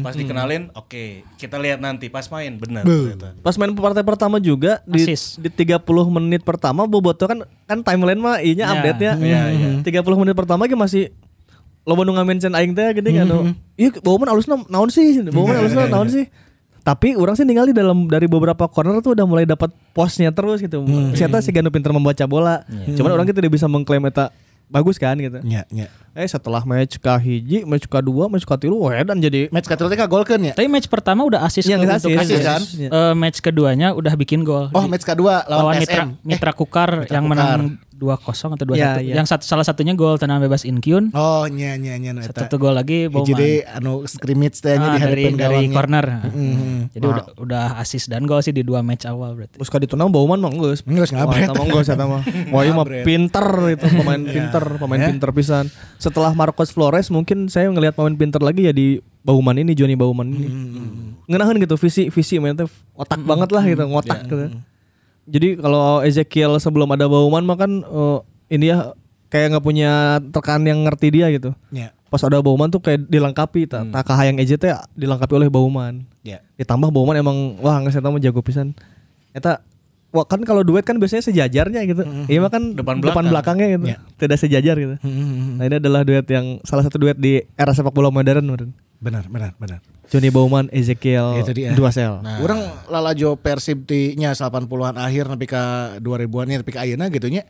Pas dikenalin, oke kita lihat nanti pas main benar. ternyata. Pas main partai pertama juga di, Asis. di 30 menit pertama Boboto kan kan timeline mah inya Ya. update-nya. 30 menit pertama ge masih loba nu ngamenceun aing teh gitu kan. Iya, Bauman alusna naon sih? Bauman alusna naon sih? Tapi orang sih ningali dalam dari beberapa corner tuh udah mulai dapat posnya terus gitu. Siapa sih Ganu pinter membaca bola. Iya. Cuman orang kita tidak bisa mengklaim eta bagus kan gitu. Nya nya. Eh setelah match ka hiji, match ka dua, match ka tilu, wah dan jadi Match katulah teh golkeun ya. Tapi match pertama udah asis Iya, ke- nggak untuk asis. Aziz. Asis kan? Eh, match keduanya udah bikin gol. Oh, match kedua lawan, lawan PSM. mitra mitra Kukar yang menang 2-0 atau 2-1. Ya, ya. Yang satu salah satunya gol tendangan bebas Inkyun. Oh, nya nya nya nu eta. Satu gol lagi Bauman. Jadi anu scrimmage teh nya di Ah, Mm-hmm. dari hadapan dari gawangnya. corner. Jadi udah udah asis dan gol sih di dua match awal berarti. Terus kali ditunang Bauman mah geus. Geus ngabret. Wah, eta mah geus eta mah. Wah, ieu mah pinter itu pemain pinter, pemain pinter pisan. Setelah Marcos Flores mungkin saya ngelihat pemain pinter lagi ya di Bauman ini, Johnny Bauman ini. Ngenahan gitu visi visi mainnya teh otak banget lah gitu, ngotak gitu. Jadi kalau Ezekiel sebelum ada Bauman mah kan eh, ini ya kayak nggak punya tekan yang ngerti dia gitu. Nya. Pas ada Bauman tuh kayak dilengkapi, tak yang EJ teh dilengkapi oleh Bauman Ya. ditambah Bowman emang wah nggak saya tahu mah jago pisan eta wah kan kalau duet kan biasanya sejajarnya gitu iya mah kan Depan belakang. belakangnya gitu Iya. tidak sejajar gitu nah ini adalah duet yang salah satu duet di era sepak bola modern meren. Benar, benar, benar. Johnny Bowman Iya, Ezekiel Itu dia. dua sel Nah. Orang Oh, lalajo Persib ti nya 80-an akhir nepi ka 2000-an nya nepi ka ayeuna gitu nya.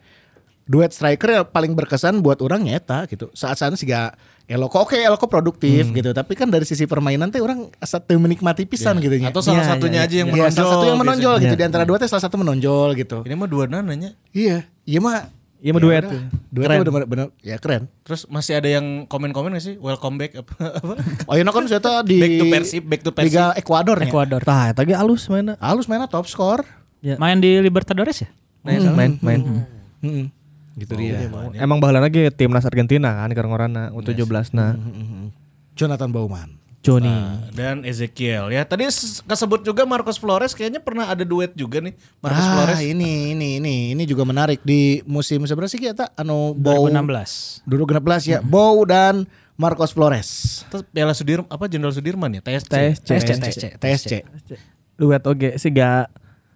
Duet striker yang paling berkesan buat orang nyeta gitu. Saat saat sih gak Eloko oke Eloko produktif gitu, tapi kan dari sisi permainan teh orang asa teu menikmati pisan gitu nya. Atau salah Ya, ya, satunya ya. aja yang Ya, menonjol. salah satu yang menonjol biasanya. gitu Ya. di antara dua teh salah satu menonjol gitu. biasanya. Ini mah dua nananya. Iya, iya mah Iya mah duet. duet Keren. tuh bener, bener ya keren. Terus masih ada yang komen-komen gak sih? Welcome back apa? <laughs> apa? Oh iya kan saya di Back to Persib, back to Persib. Liga Ekuador ya. Ekuador. tah Nah, eta ge alus mainnya Halus mainnya top score. Ya. Main di Libertadores ya? main main, main. Gitu dia. Mm-hmm. emang bahala lagi timnas Argentina kan karengorana U17 nah Oh. Jonathan Bauman. Johnny Dan Ezekiel ya. Tadi s- kesebut juga Marcos Flores kayaknya pernah ada duet juga nih Marcos ah, Flores. ini ini ini ini juga menarik di musim seberapa sih kita anu Bow 2016. 2016 ya. Bow dan Marcos Flores. Terus Piala Sudirman apa Jenderal Sudirman ya? TSC. TSC TSC. TSC. duet oge sih ga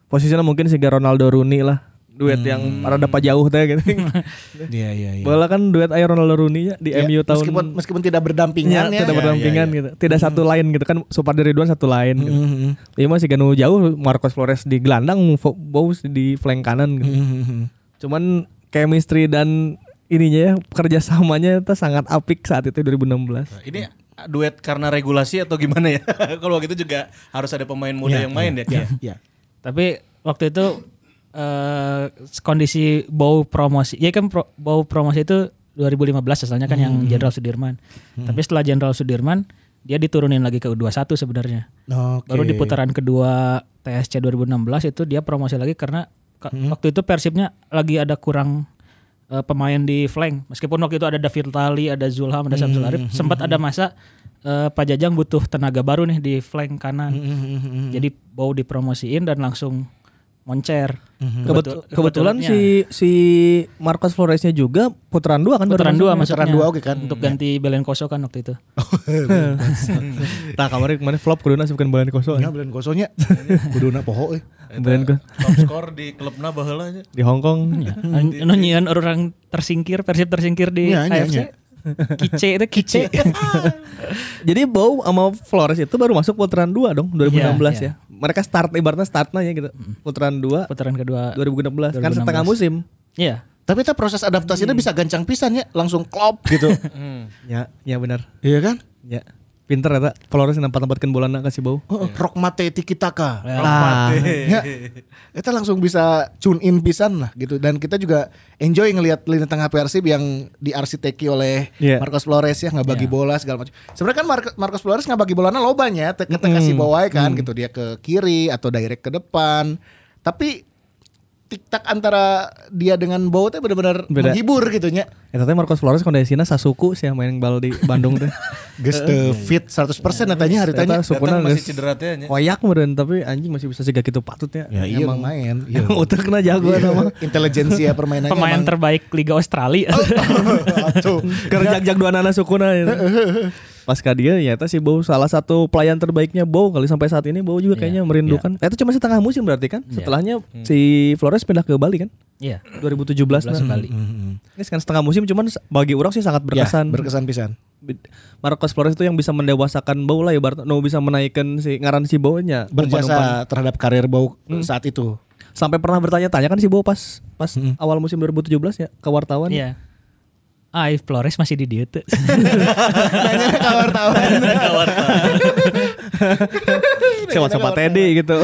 posisinya mungkin sih ga Ronaldo Rooney lah duet yang rada pa jauh teh gitu Iya iya iya. Bola kan duet air Ronaldo Rooney ya di Ya, MU tahun meskipun meskipun tidak Ya, berdampingan ya. Hmm. tidak berdampingan gitu. Tidak satu lain gitu kan Supar dari Ridwan satu lain gitu. Iya masih ganu jauh Marcos Flores di gelandang Fo- Bowes di flank kanan gitu. Hmm, Cuman chemistry dan ininya ya kerjasamanya itu sangat apik saat itu 2016. Nah, Ini duet karena regulasi atau gimana ya? <laughs> Kalau gitu juga harus ada pemain muda yang main ya. kayak. Ya. Tapi waktu itu eh kondisi bau promosi. Ya kan pro- bau promosi itu 2015 asalnya kan yang Jenderal Sudirman. Mm-hmm. Tapi setelah Jenderal Sudirman dia diturunin lagi ke U21 sebenarnya. Oke. Baru di putaran kedua TSC 2016 itu dia promosi lagi karena ka- Hmm. waktu itu Persibnya lagi ada kurang eh, pemain di flank. Meskipun waktu itu ada David Tali, ada Zulham, ada Samsul Hmm. Arif, sempat ada masa eh, Pak Jajang butuh tenaga baru nih di flank kanan. Hmm, Jadi Bow dipromosiin dan langsung moncer. Hmm, Kebetu- Kebetu- ya. kebetulan kebetulannya. si si Marcos Floresnya juga putaran dua kan baru putaran dua masuk. maksudnya. Putaran dua oke kan? Untuk ganti Belenkoso kan <laughs> waktu itu. Tah Nah, kemarin kemarin flop kuduna bukan bulan kosong. Nya bulan kosongnya. Kuduna poho eh. euy. Bulan kos- Top skor di klubna baheula nya. di Hong Kong. Iya. Anu- anu nyian orang tersingkir, Persib tersingkir di Iya, iya, iya. AFC. Kice <laughs> itu kice. Jadi Bow sama Flores itu baru masuk putaran dua dong 2016 ya. Iya, Mereka start ibaratnya startnya ya gitu. Putaran dua Putaran kedua. 2016 kan setengah musim. Iya. Tapi itu proses adaptasinya bisa gancang pisan ya, langsung klop gitu. Ya, ya benar. <laughs> Iya kan? Ya. Pinter ya, tak? Flores nempat tempatkan bola nak kasih Bow. Heeh, Rock mate tiki Eh, taka. Ah, Ya, kita langsung bisa tune in pisan lah gitu dan kita juga enjoy ngelihat lini tengah Persib yang diarsiteki oleh Iya. Marcos Flores ya nggak bagi bola segala macam. Sebenarnya kan Mar- Marcos Flores nggak bagi bolanya lobanya ke tengah si bawah kan gitu dia ke kiri atau direct ke depan. Tapi tiktak antara dia dengan Bowo teh benar-benar Beda. menghibur gitu nya. Eta teh Eh, Marcos Flores kondisinya Sasuku sih yang main bal di Bandung <laughs> teh. Geus teu fit 100% katanya hari tanya. Eta sukuna Datang masih geus cedera teh nya. Koyak meureun tapi anjing masih bisa siga kitu patutnya. Ya iya Emang- main. <laughs> Iya. Emang utekna jagoan sama. Intelijensia permainannya Pemain emang- terbaik Liga Australia. Oh. Atuh. Kerja jag dua nana sukuna <laughs> ya. Pas ka dia ya eta si Bow salah satu pelayan terbaiknya Bow kali sampai saat ini Bow Iya. juga kayaknya merindukan. Eta cuma setengah musim berarti kan? Setelahnya Hmm. si Flores pindah ke Bali kan? <laughs> Iya. 2017 nah. Bali. Ini kan setengah musim cuman bagi orang sih sangat Ya, berkesan. berkesan pisan. Marcos Flores itu yang bisa mendewasakan Bow lah ya Barto. No bisa menaikkan si ngaran si Bow-nya. berjasa terhadap karir bau saat itu. Sampai pernah bertanya-tanya kan si Bow pas pas Hmm. awal musim 2017 ya ke wartawan. Iya. Ah, Yves Flores masih di <laughs> dieu teu. Nanya ke wartawan. Siapa-siapa Iya, Teddy gitu.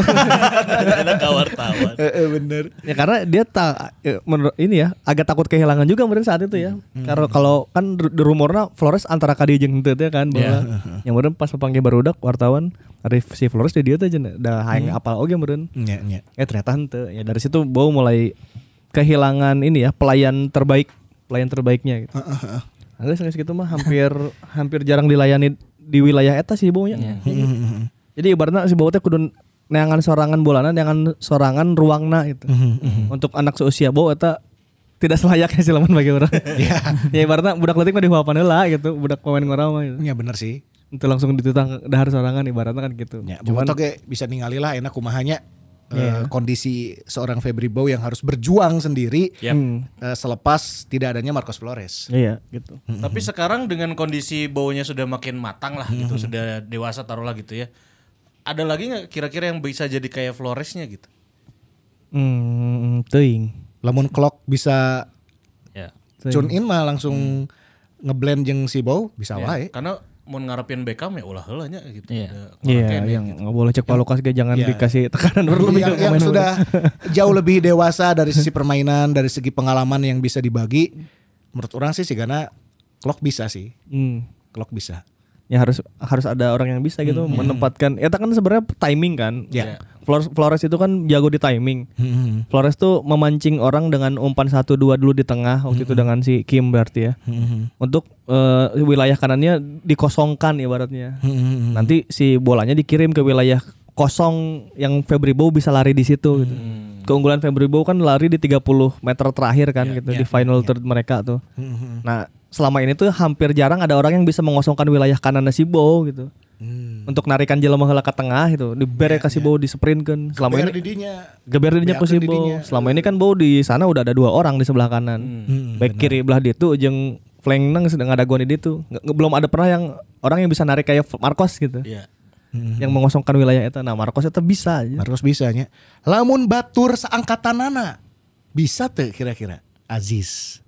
<laughs> Ada kawartawan. Eh, eh, Bener. Ya karena dia tak menurut ini ya agak takut kehilangan juga mungkin saat itu ya. Karena kalau kan ru- di rumorna Flores antara kadi jeung henteu teh kan bahwa yang meureun pas panggil barudak wartawan Arif si Flores di dia teh jeung da hayang apal oge meureun. Nya, nya. Ya ternyata henteu. Ya dari situ bau mulai kehilangan ini ya pelayan terbaik pelayan terbaiknya gitu. Heeh. Geus geus gitu mah hampir <laughs> hampir jarang dilayani di wilayah eta sih baunya. Jadi ibaratnya si Bowo teh kudu neangan sorangan bolanan, neangan sorangan ruangna gitu. Untuk anak seusia Bowo eta tidak selayaknya sih lamun bagi orang. <laughs> ya ibaratnya budak leutik mah dihuapan heula gitu, budak pemain ngorang mah gitu. Nya ya bener sih. Itu langsung ditutang dahar sorangan ibaratnya kan gitu. Nya, Cuman Ya, toge bisa ningali lah enak kumahanya. eh, kondisi seorang Febri Bow yang harus berjuang sendiri eh, selepas tidak adanya Marcos Flores. Iya, gitu. Tapi sekarang dengan kondisi baunya sudah makin matang lah gitu, sudah dewasa taruhlah gitu ya. Ada lagi nggak kira-kira yang bisa jadi kayak Floresnya gitu? Hmm, teuing. Lamun Klok bisa Ya. tune in mah langsung ngeblend jeung si Bow bisa <laughs> wae. Karena mau ngarepin Beckham ya ulah heulanya gitu. Iya. Ada Iya, konten ya. yang nggak boleh cek palukas ge jangan Iya. dikasih <laughs> tekanan berlebih yang, ke yang pemain. sudah jauh lebih dewasa dari sisi permainan, dari segi pengalaman yang bisa dibagi. Menurut orang sih sih karena Klok bisa sih, Hmm. Klok bisa. ya harus harus ada orang yang bisa gitu menempatkan ya kan sebenarnya timing kan Iya. Flores, Flores itu kan jago di timing Flores tuh memancing orang dengan umpan satu dua dulu di tengah waktu itu dengan si Kim berarti ya untuk eh, wilayah kanannya dikosongkan ibaratnya nanti si bolanya dikirim ke wilayah kosong yang Febri Bow bisa lari di situ gitu keunggulan Febri Bow kan lari di 30 meter terakhir kan gitu di final third mereka tuh nah selama ini tuh hampir jarang ada orang yang bisa mengosongkan wilayah kanan si Bow gitu untuk narikan jelema heula ke tengah itu dibere ka si Bow disprintkeun kan. selama Biar ini didinya geber didinya ku si Beakeun didinya. Bow selama ini kan Bow di sana udah ada dua orang di sebelah kanan back kiri belah ditu jeung flank nang sedang ada di ditu Nggak- nggak- belum ada pernah yang orang yang bisa narik kayak Marcos gitu Iya. yang mengosongkan wilayah itu nah Marcos itu bisa aja. Marcos bisanya. Lamun batur seangkatanana bisa tuh kira-kira Aziz.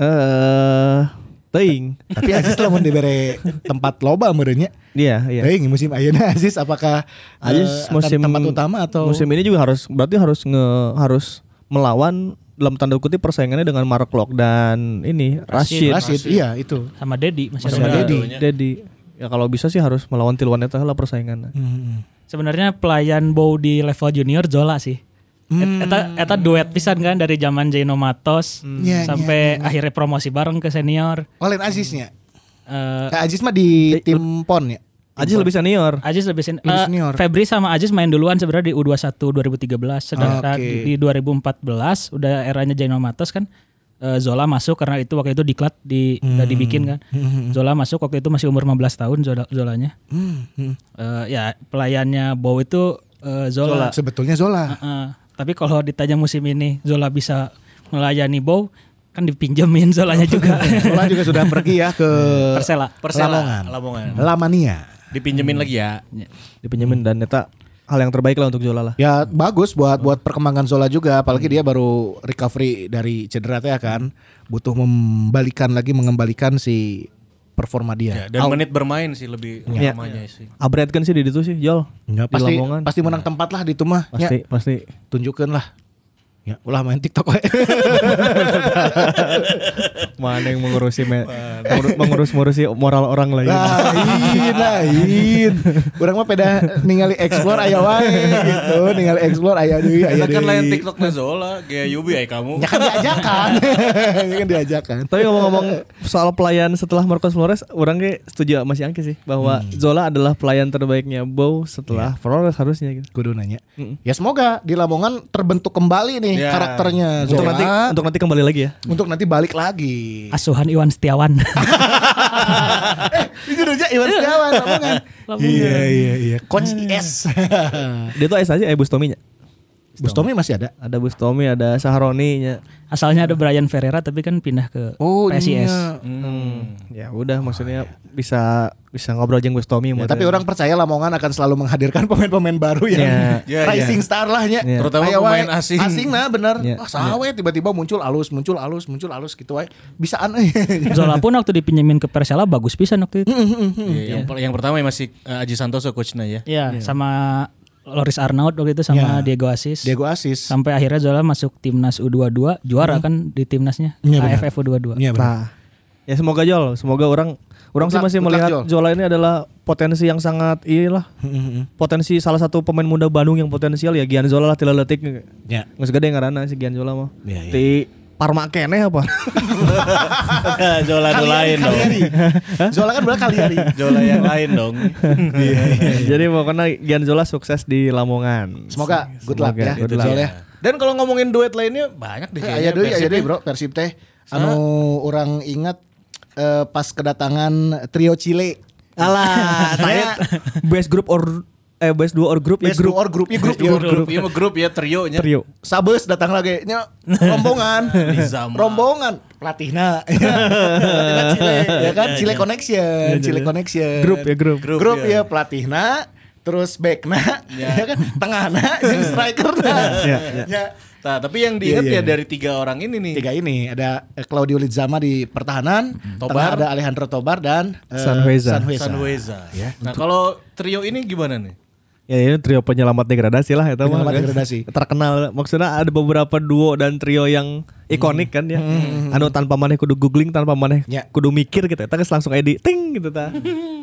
eh teing Tapi Aziz lamun dibere tempat loba merenya. iya iya Teuing musim ayeuna <laughs> Aziz apakah eh, akan Aziz Iya, musim tempat utama atau musim ini juga harus berarti harus nge harus melawan dalam tanda kutip persaingannya dengan Mark Locke dan ini Rashid, Rashid, iya itu. sama Dedi masih sama ada. Dedi. Dedi. Ya kalau bisa sih harus melawan Tilwan Eta lah persaingannya. Hmm. Mm-hmm. Sebenarnya pelayan Bow di level junior Zola sih. Hmm. Et- Eta, eta duet pisan kan dari zaman Jaino Matos Iya, sampai akhirnya promosi bareng ke senior. Oh lain Aziznya. Eh, Kak Aziz mah di tim PON ya. Aji lebih senior. Aziz lebih sen- Lebih eh, senior. Febri sama Aziz main duluan sebenarnya di U21 2013 Ah, sedangkan Oke. di 2014 udah eranya Jaino Matos kan eh, Zola masuk karena itu waktu itu diklat di Hmm. udah dibikin kan. Zola masuk waktu itu masih umur 15 tahun Zola, Zolanya. Eh, ya pelayannya Bow itu eh, Zola. Sebetulnya Zola. Heeh. tapi kalau ditanya musim ini Zola bisa melayani Bow kan <laughs> dipinjemin Zolanya juga. Zola juga sudah pergi ya ke Persela. Persela, Lamongan. Lamongan. Lamania. Dipinjemin lagi ya. Hmm. Dipinjemin dan Eta hal yang terbaik lah untuk Zola lah. Ya bagus buat buat perkembangan Zola juga, apalagi dia baru recovery dari cedera teh ya kan, butuh membalikan lagi mengembalikan si performa Ya, dia. dan menit bermain sih lebih lamanya sih. Abredkan sih di itu sih, Jol. Ya, Di pasti Lamongan. pasti menang tempat lah di itu mah. Ya, Pasti, pasti. tunjukkan lah. Ya, ulah main TikTok we. Mana yang mengurusi <laughs> me- mengur- mengurus-ngurusi moral orang lain. lain, lain. Orang mah peda ningali explore aya wae gitu, ningali explore aya deui, aya Karena kan lain deui. TikTok Zola, gaya Yubi ay kamu. Ya kan diajakan. <laughs> ya kan diajakan. Tapi ngomong-ngomong soal pelayan setelah Marcos Flores, orang kayak setuju sama si Angki sih bahwa Hmm. Zola adalah pelayan terbaiknya Bow Iya. setelah Flores harusnya gitu. Kudu nanya. Ya semoga di Lamongan terbentuk kembali nih Ya. karakternya Untuk Zola. nanti untuk nanti kembali lagi ya. untuk nanti balik lagi. Asuhan Iwan Setiawan. eh, itu aja Iwan Setiawan Lamongan. Lamongan. <laughs> Iya iya iya. Coach IS. Nah. Dia tuh S aja eh Bustominya. Bustomi masih ada. Ada Bustomi, ada Saharoni-nya. Asalnya ada Brian Ferreira tapi kan pindah ke Oh, iya. PSIS. Hmm. Ya udah maksudnya bisa bisa ngobrol jeung Ah, Ya, Bustomi modern. tapi orang percaya Lamongan akan selalu menghadirkan pemain-pemain baru <laughs> yang Ya. Ya, rising star lah ya. Ya. Terutama Aya wae, pemain asing. Asing nah bener. Ya. Wah sawe tiba-tiba muncul alus, muncul alus, muncul alus gitu wae. Bisaan eh. euy. <laughs> Zola pun waktu dipinjemin ke Persela bagus pisan waktu itu. Iya, yang, per- yang pertama ya masih eh, Aji Santoso coachnya <laughs> ya. Iya, sama Loris Arnaud waktu itu sama Iya. Diego Asis. Diego Asis. Sampai akhirnya Zola masuk timnas U22, juara kan di timnasnya. Iya, benar. AFF U22. Iya bener. Nah, ya semoga Jol, semoga orang orang sih Mutlak- masih mutlak, melihat Nah, Jol. Zola ini adalah potensi yang sangat iyalah. potensi salah satu pemain muda Bandung yang potensial ya Gian Zola lah tila letik. Ya. Nggak segede ngaranna si Gian Zola mah. Ya, ya. Ti Parma keneh <laughs> apa? Zola tuh lain dong. Kaliari. <laughs> Zola kan berarti Kaliari. Iya. Zola yang lain <laughs> dong. Ya, Jadi pokoknya Gian Zola sukses di Lamongan. Semoga good luck Semoga ya. good Zola ya. Dan kalau ngomongin duet lainnya banyak deh. kayaknya. Aya deui, aya Persib deui iya, bro, Persib teh. Anu orang ingat eh, pas kedatangan trio Chile. <laughs> Alah, tanya <laughs> best group or eh best dua or group ya Best group or group, ya grup, ya Grup, grup, iya mah grup ya trionya. trio. Sabes datang lagi nya <laughs> rombongan. Zamal. rombongan <laughs> pelatihna. pelatihna Chile ya kan Chile Iya, connection, Chile connection. Grup ya, grup. Grup, ya, pelatihna, terus backna, Iya. <laughs> ya kan tengahna <laughs> jeung strikerna. Ya, <laughs> ya. Ya. Nah, tapi yang diingat Iya, iya. ya dari tiga orang ini nih. Tiga ini ada eh, Claudio Lizama di pertahanan, Tobar. tengah ada Alejandro Tobar dan eh, Ya. Sanhueza. Sanweza. Nah, kalau trio ini gimana <laughs> nih? Ya ini trio penyelamat degradasi lah itu Penyelamat degradasi. Terkenal maksudnya ada beberapa duo dan trio yang ikonik kan ya. Anu tanpa maneh kudu googling, tanpa maneh Hmm. Ya. kudu mikir gitu. Eta geus langsung edit ting gitu <laughs> ta.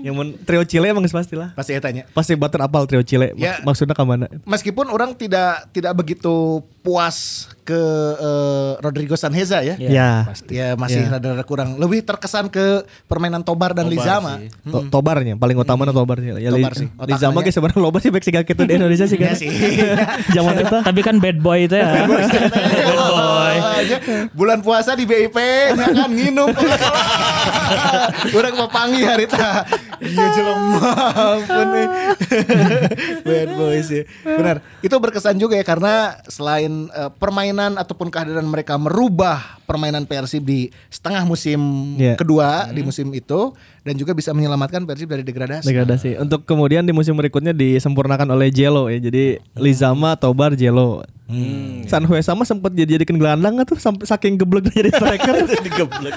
yang men, trio Chile emang geus pasti lah. Pasti ya tanya. Pasti bater apal trio Chile. Mak- Ya. Maksudnya ka mana? Meskipun orang tidak tidak begitu puas ke eh, Rodrigo Sanheza ya. Ya. Ya. Ya masih Ya. rada-rada kurang. Lebih terkesan ke permainan Tobar dan Lizama. To- tobarnya paling utama na tobarnya. Ya, Hmm. Tobar sih. li, Otak Lizama nanya. ge sebenarnya loba sih back siga kitu di Indonesia sih <laughs> kan. Iya sih. Zaman eta. Tapi kan bad boy itu ya. boy. Bulan puasa di BIP ya kan <laughs> nginum. Orang papangi hari ta. Iya jelem ampun eh. <laughs> Bad boys ya. Benar. Itu berkesan juga ya karena selain eh, permainan ataupun kehadiran mereka merubah permainan Persib di setengah musim Iya. kedua di musim itu dan juga bisa menyelamatkan Persib dari degradasi. degradasi. Untuk kemudian di musim berikutnya disempurnakan oleh Jelo ya. Jadi Hmm. Lizama, Tobar, Jelo. Sanhue sama sempat jadi jadikan gelandang nggak tuh sampai saking geblek jadi <laughs> striker. Digeblek.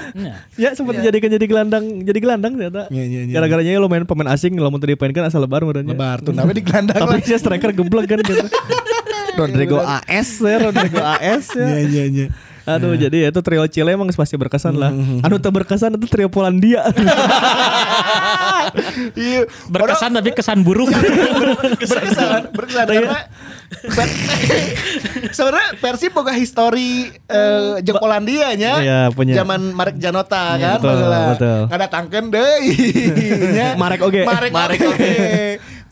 ya sempat dijadikan jadi gelandang, jadi gelandang ternyata. Iya, iya, iya. Gara-garanya ya lo main pemain asing lo mau dipainkan asal lebar badannya. Lebar tuh, tapi di gelandang Iya. Tapi lah. <laughs> dia striker geblek kan gitu. Rodrigo AS ya, Rodrigo AS ya. Iya iya iya. Mm-hmm, Aduh, jadi ya itu trio Chile emang pasti berkesan lah. Anu teu berkesan itu trio <laughs> Polandia. Iya. Berkesan tapi kesan buruk. berkesan berkesan Iya. karena per- sebenarnya Persib boga histori eh, jeung Polandia nya Iya, punya. Iya, zaman Marek Janota kan betul, betul. ngadatangkeun deui nya. <laughs> Marek oge. Marek, Marek oge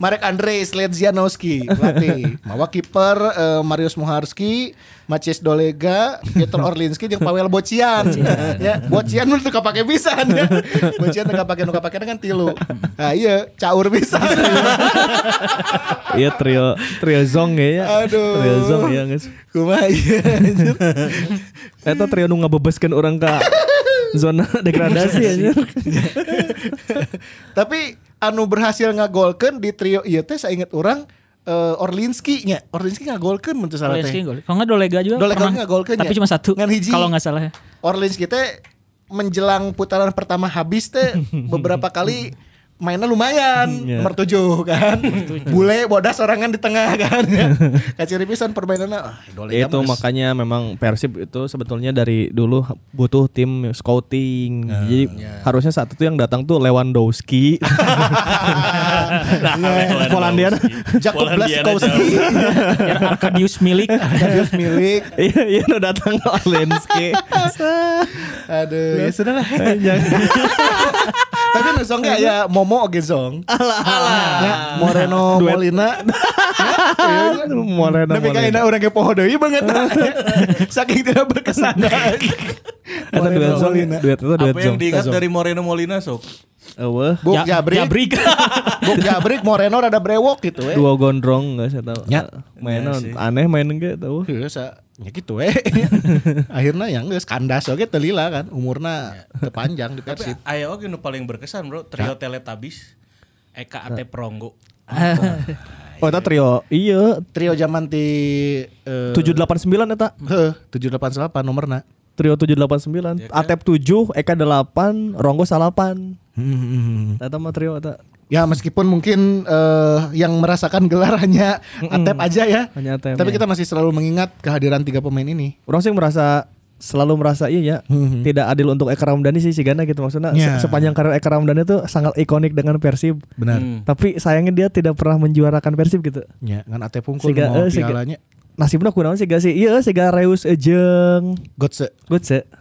Marek Andrei Sledzianowski pelatih mawa kiper eh, Marius Muharski Maciej Dolega Peter Orlinski jeung Pavel Bocian ya Bocian mah teu kapake pisan ya Bocian teu kapake nu kapake kan tilu ah iya caur pisan Iya trio trio Zong ya. ya. Aduh. Trio Zong ya guys. Kumaha iya, ieu, anjir. <laughs> Eta trio nu ngabebeskeun orang ke <laughs> zona degradasi Iya, anjir. Tapi anu berhasil ngagolkeun di trio ieu teh saya inget orang eh, Orlinski nya. Orlinski ngagolkeun mun teu salah Dolega teh. gol. Kalau nggak Dolega juga. Dolega pernah. nggak golkeun ya? Tapi cuma satu. Ngan hiji. Kalau nggak <laughs> salah. ya. Orlinski teh menjelang putaran pertama habis <laughs> teh beberapa kali mainnya lumayan Iya. nomor tujuh kan bule bodas orangan di tengah kan kaciri pisan permainannya ah, Dolega Ya itu <laughs> mah geus- makanya memang Persib itu sebetulnya dari dulu butuh tim scouting. Ah. Jadi Iya. harusnya saat itu yang datang tuh <laughs> Lewandowski. Nah, Nah, Polandia. Jakub Blaskowski Ya, Arkadius <laughs> milik. Arkadius milik Iya, iya nu datang ke Orlinski. Iya, Aduh, ya sudah lah. Tapi nu song nggak ya Momo oge song. Alah, alah. Ya, Moreno Molina. Moreno. Tapi kan Moreno. orang ke poho deui banget. <laughs> Ya, Saking tidak berkesan. Eta duet Moreno song, Molina. duet itu duet Apa yang song. Eh, Ya, diingat dari Moreno Molina sok? Eueuh. Buk Ja- Ya Jabrik, Jabrik. <laughs> Buk Jabrik, Moreno rada brewok gitu eh. Dua gondrong enggak saya tahu. Ya. Main Ya sih. aneh gitu, main enggak tahu. Iya, sa- ya gitu eh. <laughs> Akhirnya yang geus kandas oge teu lila kan, umurna teu panjang di Persib. Ayo oke nu paling berkesan bro, trio Teletubbies, Eka Ate Pronggo. Oh, eta trio. Iya, Trio zaman ti eh, 789 eta. heh, 788 nomorna. Trio Ya kan? 789, Atep 7, Eka 8, Ronggo 8. Hmm, Eta mah trio eta. Ya meskipun mungkin eh, yang merasakan gelar hanya Atep aja ya. Hanya Atep, Tapi ya. kita masih selalu mengingat kehadiran tiga pemain ini. Orang sih merasa selalu merasa iya ya tidak adil untuk Eka Ramdhani sih si Gana gitu maksudnya se- Ya. sepanjang karir Eka Ramdhani itu sangat ikonik dengan Persib Benar. tapi sayangnya dia tidak pernah menjuarakan Persib gitu Ya, ngan Atep pungkul Siga, mau eh, siga. pialanya. nasibnya kunaon sih gak sih iya sih gak Reus Ejeng Gotse. Gotse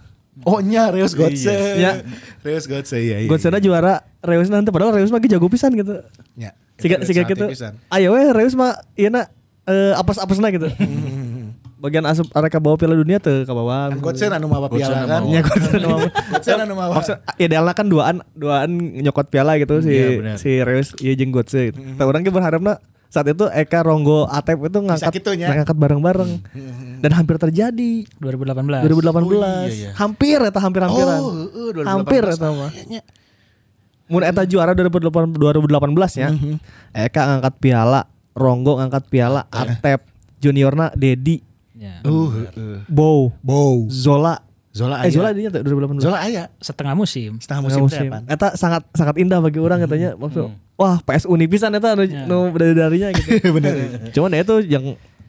Oh nya Reus Gotse. Iya. Reus Gotse iya Ya, iya. Gotse na juara Reus nanti padahal Reus mah ge jago pisan gitu Nya. siga Itu siga saatnya gitu Iya, pisan. ayo weh Reus mah iya na eh, apes-apesna <laughs> gitu bagian asup mereka bawa piala dunia tuh ke bawah Kan Gotse anu mawa piala kan. Ya, Gotse nu mawa. Gotse anu mawa. Maksud, idealnya kan duaan duaan nyokot piala gitu si Iya, benar. si Reus iya jeung Gotse gitu. Mm-hmm. Tapi orang ge berharapna saat itu Eka Ronggo Atep itu ngangkat gitu nya. ngangkat bareng-bareng Mm-hmm. dan hampir terjadi iya. 2018 2018. hampir eta hampir-hampiran Oh, heeh, 2018. hampir eta mah Mun eta juara 2018 2018 ya. Mm-hmm. Eka ngangkat piala, Ronggo ngangkat piala, Eh. Atep, Juniorna Dedi, Ya. Uh, heeh. Bow, Bow. Zola. Zola Eh aya. Zola dia tuh 2018. Zola aya. Setengah musim. Setengah Ah, Setengah musim, Nah, musim. teh, Pan. Eta sangat sangat indah bagi orang katanya. Maksud, wah PS unipisan eta nu, nu dari-darinya gitu. Bener. Cuman ya itu yang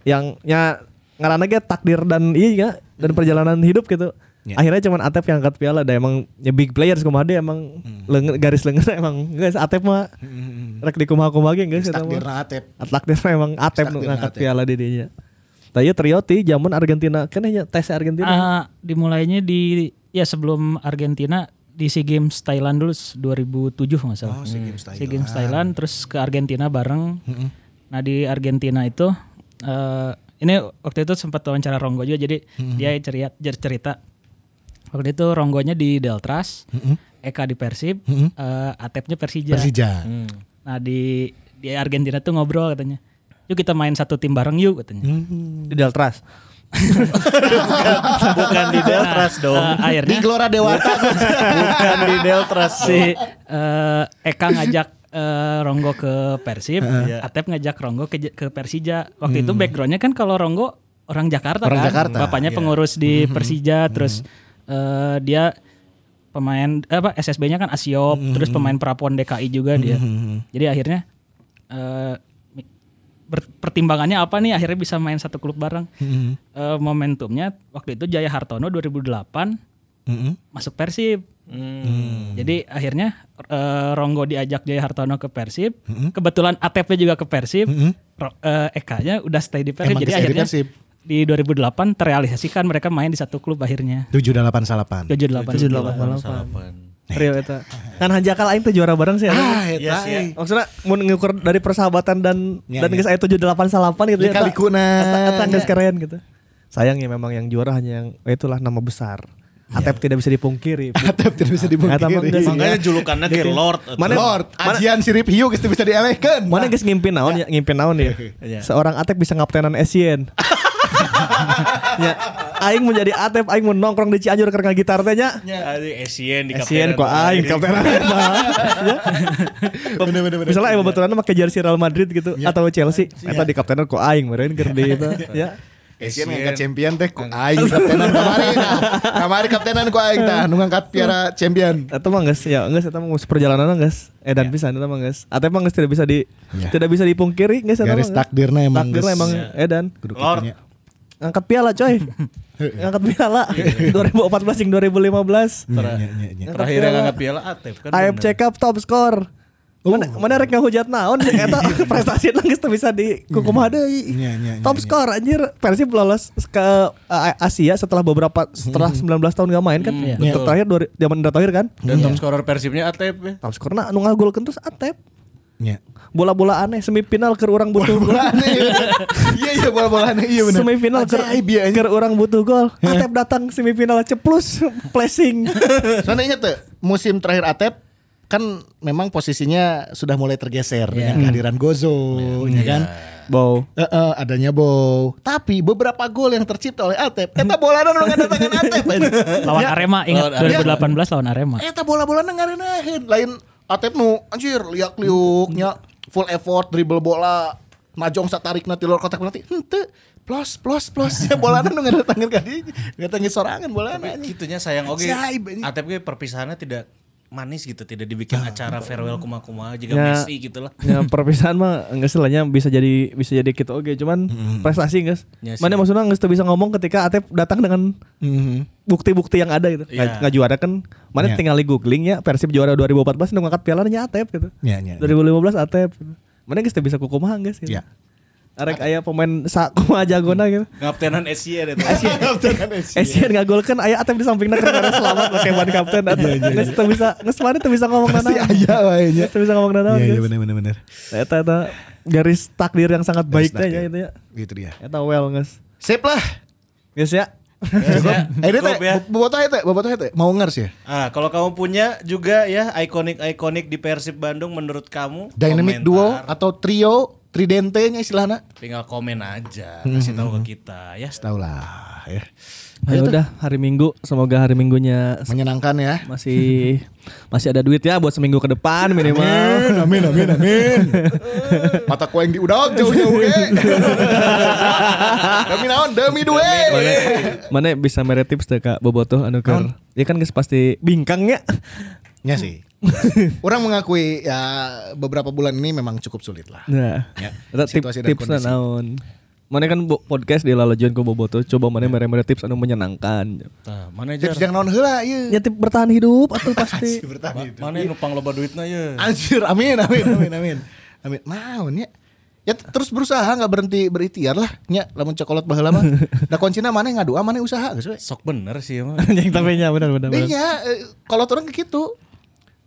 yang nya ngaranna ge takdir dan iya ya, dan perjalanan hidup gitu. Ya. Akhirnya cuman Atep yang angkat piala dan emang ya big players kumaha deh emang leungeun- garis lenger emang guys Atep mah rek di kumaha-kumaha ge geus eta mah. Takdirna Atep. Atletik memang Atep nu Takdirna ngangkat Atep. piala di dinya. Tapi trio ti zaman Argentina kan hanya tes Argentina. Ah, dimulainya di ya sebelum Argentina di SEA Games Thailand dulu 2007 nggak salah. Oh, SEA Games Hmm. Thailand. SEA Games Thailand terus ke Argentina bareng. Nah, di Argentina itu eh, ini waktu itu sempat wawancara Ronggo juga jadi dia ceria- cer- cerita waktu itu Ronggonya di Deltras, Eka di Persib, eh, Atepnya Persija. Persija. Nah, di di Argentina tuh ngobrol katanya. Yuk kita main satu tim bareng yuk katanya. Mm. Di Deltras. Bukan di <laughs> Deltras dong. Eh, Di akhirnya Gelora Dewata. Bukan di Deltras. si eh, Eka ngajak eh, Ronggo ke Persib, Atep ngajak Ronggo ke, ke Persija. Waktu itu backgroundnya kan kalau Ronggo orang Jakarta Hmm. Orang kan, Jakarta, Hmm. bapaknya pengurus di Persija, terus eh, dia pemain eh, apa SSB-nya kan Asiop, Hmm. terus pemain Prapon DKI juga dia. Jadi akhirnya eh, mi- ber- pertimbangannya apa nih akhirnya bisa main satu klub bareng. Hmm. Eh, momentumnya waktu itu Jaya Hartono 2008 Hmm. masuk Persib. Jadi akhirnya eh, Ronggo diajak Jaya Hartono ke Persib. Hmm. Kebetulan ATP juga ke Persib. Ro- eh, Eka-nya udah stay di Persib. Emang Jadi stay di akhirnya Persib. di 2008 terrealisasikan mereka main di satu klub akhirnya. tujuh delapan salapan 78. Real eta. Kan hanjakal aing teh juara bareng sih. ah eta. eta sih, ya. eh. Maksudnya mau ngukur dari persahabatan dan Ya, dan ya. geus aya 788 salapan gitu eta. Lika-likuna. Eta eta geus keren gitu. Sayangnya memang yang juara hanya yang eh, itulah nama besar. Atep Iya. tidak bisa <laughs> dipungkiri. Atep tidak bisa Eta mah dipungkiri geus- Makanya julukannya Gitu. kayak Lord. Mana- Lord, mana- ajian sirip hiu geus teu bisa dielehkeun. Nah, Mana geus ngimpin naon ya, ngimpin naon ya. Iya. Seorang Atep bisa ngaptenan <laughs> Asian. ya, aing menjadi Atep, aing mau nongkrong di Cianjur karena gitar teh nya. Ya, Asian di kaptenan. Asian Iya. kok aing <laughs> kaptenan. ah, Bener bener Iya. bener. Misalnya Eva Baturan pakai jersey Real Madrid gitu atau Chelsea, eta di kaptenan kok "Ah, aing meureun keur di <laughs> eta ya. Asian ngangkat champion teh ku aing kaptenan kamari tah. Kamari kaptenan ku aing tah nu ngangkat piara champion. Eta mah geus ya, geus eta mah geus perjalanan geus. Eh Iya. dan pisan eta mah geus. Atep mah geus tidak bisa di Ya. tidak bisa dipungkiri geus eta mah. Garis geus. takdirna emang Takdirna geus. emang Ya. edan. Kudu Lord. kitunya. Angkat piala <laughs> coy. Angkat piala 2014 jeung 2015. Nya, nya, nya, nya. Kan Terakhir yang ngangkat piala Atep kan. AFC Cup top skor. Oh. Mana mana rek ngahujat naon <laughs> jeung eta prestasi geus teu bisa dikukumaha deui. Nya, nya, nya, Top nya. skor anjir Persib lolos ke uh, Asia setelah beberapa setelah Hmm. 19 tahun gak main kan. Iya. Untuk terakhir dua- zaman Indra Tahir kan. Dan Iya. top scorer Persibnya Atep ya. Top skor na nu ngagolkeun terus Atep. Nya. Bola-bola aneh semifinal keur urang butuh gol. Bola aneh, iya. <laughs> Iya iya bola bola aneh iya bener. Semifinal keur Ajaib ya, anjing. keur urang butuh gol. Atep datang semifinal ceplus <laughs> flashing. Soalnya ingat tuh musim terakhir Atep kan memang posisinya sudah mulai tergeser dengan kehadiran Gozo, ya kan? Wow. Eh, eh, adanya Bow. Tapi beberapa gol yang tercipta oleh Atep, eta bola nu tangan Atep. Ya. Lawan Arema ingat lawan Arema. 2018 lawan Arema. Eh, Eta bola-bola ngarenaheun, lain Atep nu anjir liak liuknya full effort dribble bola majong satarik nanti luar kotak nanti henteu plus plus plus ya bola nu ngadatangkeun ka dieu ngadatangkeun sorangan bola Gitunya sayang oke. Ajaib, anjing. Atep ge perpisahannya tidak manis gitu, tidak dibikin Ah, acara farewell kuma-kuma juga Ya. Messi gitu lah. <laughs> ya perpisahan mah enggak selanya bisa jadi bisa jadi gitu oke cuman prestasi guys Ya Hmm. sih. mana maksudnya enggak bisa ngomong ketika Atep datang dengan Mm-hmm. bukti-bukti yang ada gitu Iya. nggak nggak juara kan mana Iya. tinggal di googling ya Persib juara 2014 udah ngangkat piala nya Atep gitu Iya, iya, iya. 2015 Atep gitu. mana guys bisa kukumaha guys gitu Iya. arek aya pemain sakuma jagona <laughs> gitu Iya. Kaptenan Asian itu. <laughs> Eh, Asian nggak gol kan aya Atep di sampingnya kan karena selamat pakai ban kapten Guys tuh bisa nges mana tuh bisa ngomong Iya, Pasti nanaon. aya wae nya. Geus teu bisa ngomong nanaon, Iya iya guys. bener bener bener. Eta eta garis takdir yang sangat baiknya ya itu ya. Gitu dia. Eta well nges. Sip lah. Yes ya. Eh dia teh ya. bobotoh teh bobotoh teh mau ngers ya. Ah, kalau kamu punya juga ya ikonik-ikonik di Persib Bandung menurut kamu Dynamic komentar. duo atau trio tridente nya istilahnya. tinggal komen <laughs> aja, kasih tahu ke kita ya. Tahu lah ya. Ya udah hari Minggu semoga hari Minggunya s- Menyenangkan ya. masih masih ada duit ya buat seminggu ke depan minimal. Amin, amin, amin, amin. Mata kueng di udang jauh-jauh ge. <laughs> demi naon, demi duit. Mana bisa mere tips teh Kak Bobotoh anu keur. Ya kan geus pasti bingkangnya. Ya sih. Orang mengakui ya beberapa bulan ini memang cukup sulit lah. Nah. Ya, Eta tip, situasi dan kondisi. tipsna naon. Mana kan bo- podcast di lalajuan ku Bobotoh coba mana mere-mere tips anu menyenangkan. Tah, manajer Tips yang naon heula iya. ieu. Ya tip bertahan hidup atau pasti. <laughs> Bertahan hidup. mana yang numpang loba duitnya ya? Anjir, amin, amin, amin, amin. Amin. Naon ya? Ya t- terus berusaha nggak berhenti berikhtiar lah. Nya, lamun cokolot baheula mah. Da kuncina mana ngadua, mana usaha geus we. Sok bener sih <laughs> emang. Yang tapi nya benar benar. benar. Iya, eh, kalau turun ke gitu.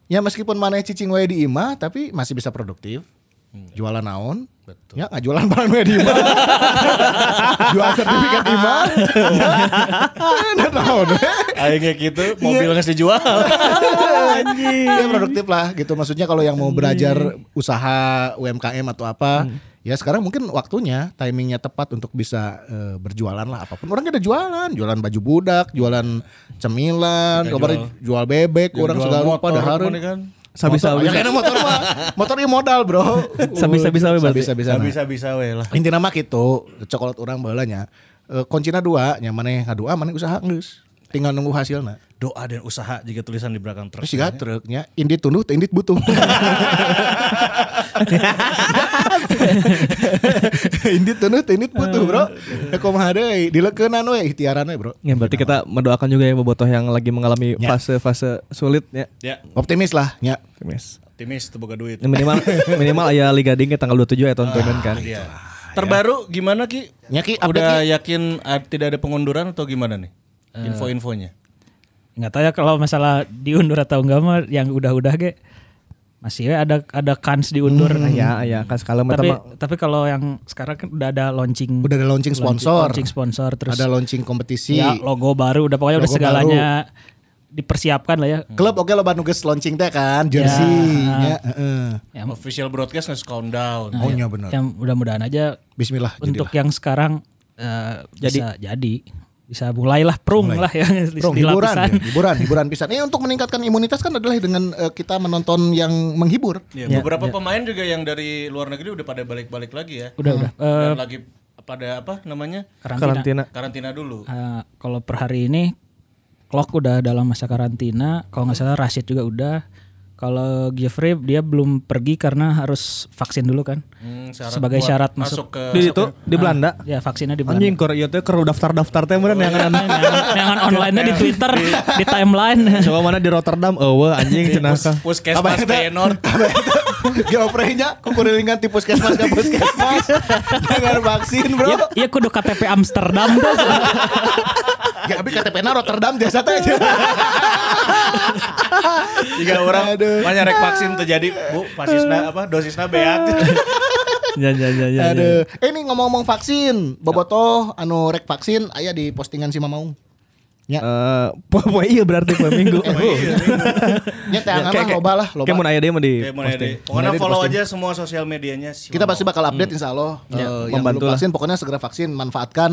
Ya meskipun mana cicing wae di imah tapi masih bisa produktif. Jualan naon? Betul. Ya nggak jualan barang wae di imah. Jual sertifikat imah. Ya. Nah, naon we. Akhirnya gitu, mobil nggak dijual. <laughs> Ya produktif lah gitu. Maksudnya kalau yang mau belajar usaha UMKM atau apa, ya sekarang mungkin waktunya, timingnya tepat untuk bisa eh, berjualan lah apapun. Orang ada jualan, jualan baju budak, jualan cemilan, kemarin jual bebek, orang segala rupa dah hareun. mana kan. Sabi-sabi. Motor, yang enak motor mah. Motor ieu modal, Bro. Sabi-sabi we berarti. Nggak Sabi-sabi. Sabi bisa bisa we lah. Intina mah kitu, cokelat urang baheula nya. E, kuncina dua, ya. nya maneh ngadua, maneh usaha geus. Tinggal nunggu hasilna. Doa dan usaha jika tulisan di belakang truk. <laughs> Terus juga truknya, indit tunduh, teu indit butuh. Indit tuh indit putuh bro. Ya, Kumaha deui dileukeunnan we ikhtiaran we bro. Ya berarti kita mendoakan juga ya bobotoh yang lagi mengalami Ya. fase-fase sulit ya. Ya, Optimis lah nya. Optimis. optimis tuh boga duit. Ya, <laughs> Minimal minimal aya Liga Dingke tanggal 27 ya tahun konon kan. Iya. Terbaru gimana Ki? Eh, Ya, Ki, update, udah yakin ah, tidak ada pengunduran atau gimana nih? Info-infonya. Nggak tahu ya kalau masalah diundur atau enggak mah yang udah-udah ge masih we ada ada kans diundur. Hmm. Iya, Ya ya kan sekali mah Tapi tama- tapi kalau yang sekarang kan udah ada launching. Udah ada launching sponsor. Launching sponsor terus Ada launching kompetisi. ya logo baru udah pokoknya udah Logo segalanya dipersiapkan lah ya. Klub oke loba nu geus launching teh kan jersey nya. heeh. Official broadcast nge countdown. Oh nya bener. Yang mudah-mudahan aja Bismillah untuk yang sekarang eh, bisa jadi bisa mulailah prung lah ya <laughs> di, Bro, di hiburan, lapisan. ya, hiburan, hiburan pisan. Eh untuk meningkatkan imunitas kan adalah dengan eh, kita menonton yang menghibur. Ya, beberapa pemain juga yang dari luar negeri udah pada balik-balik lagi ya. Udah udah. Eh, Dan lagi pada apa namanya? karantina. karantina. Karantina dulu. Eh, kalau per hari ini Clock udah dalam masa karantina, kalau nggak salah Rashid juga udah. Kalau Jeffrey dia belum pergi karena harus vaksin dulu kan. Hmm, Sebagai buat syarat masuk ke Di itu di Belanda. Ya vaksinnya di Belanda. Ah. Anjing kor ieu teh keur daftar-daftar teh meureun yang Neangan- neangan online-nya di Twitter, di timeline. <laughs> Coba mana di Rotterdam eueuh anjing cenah kah. puskesmas Feyenoord. <laughs> Geoprenya kukurilingan di puskesmas ke puskesmas dengan vaksin bro. Iya, iya kudu KTP Amsterdam tuh. Ya tapi KTP na Rotterdam biasa teh aja. Jika orang banyak rek vaksin terjadi, Bu, pasisna apa dosisna beak. <laughs> Ya ya ya ya. ya. Aduh. Eh ini ngomong-ngomong vaksin, Bobotoh anu rek vaksin aya di postingan si Mamaung. Ya, Eh, poe poe iya berarti poe <laughs> minggu. nya ya, teh angan lah, ya, Kayak- loba lah, loba. Kayak mun aya dia mah di Kayak mulai posting. deh. Pokoknya follow aja semua sosial medianya si Kita Mama. pasti Hmm. bakal update insya Allah Iya, Eh, yang membantu belum lah. vaksin pokoknya segera vaksin manfaatkan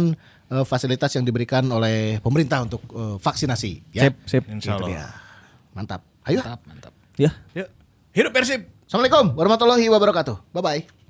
eh, fasilitas yang diberikan oleh pemerintah untuk eh, vaksinasi ya. Sip sip. Insya Itu Allah. dia. Mantap. Ayo. Ya. Yuk, hidup Persib. Assalamualaikum warahmatullahi wabarakatuh. Bye bye.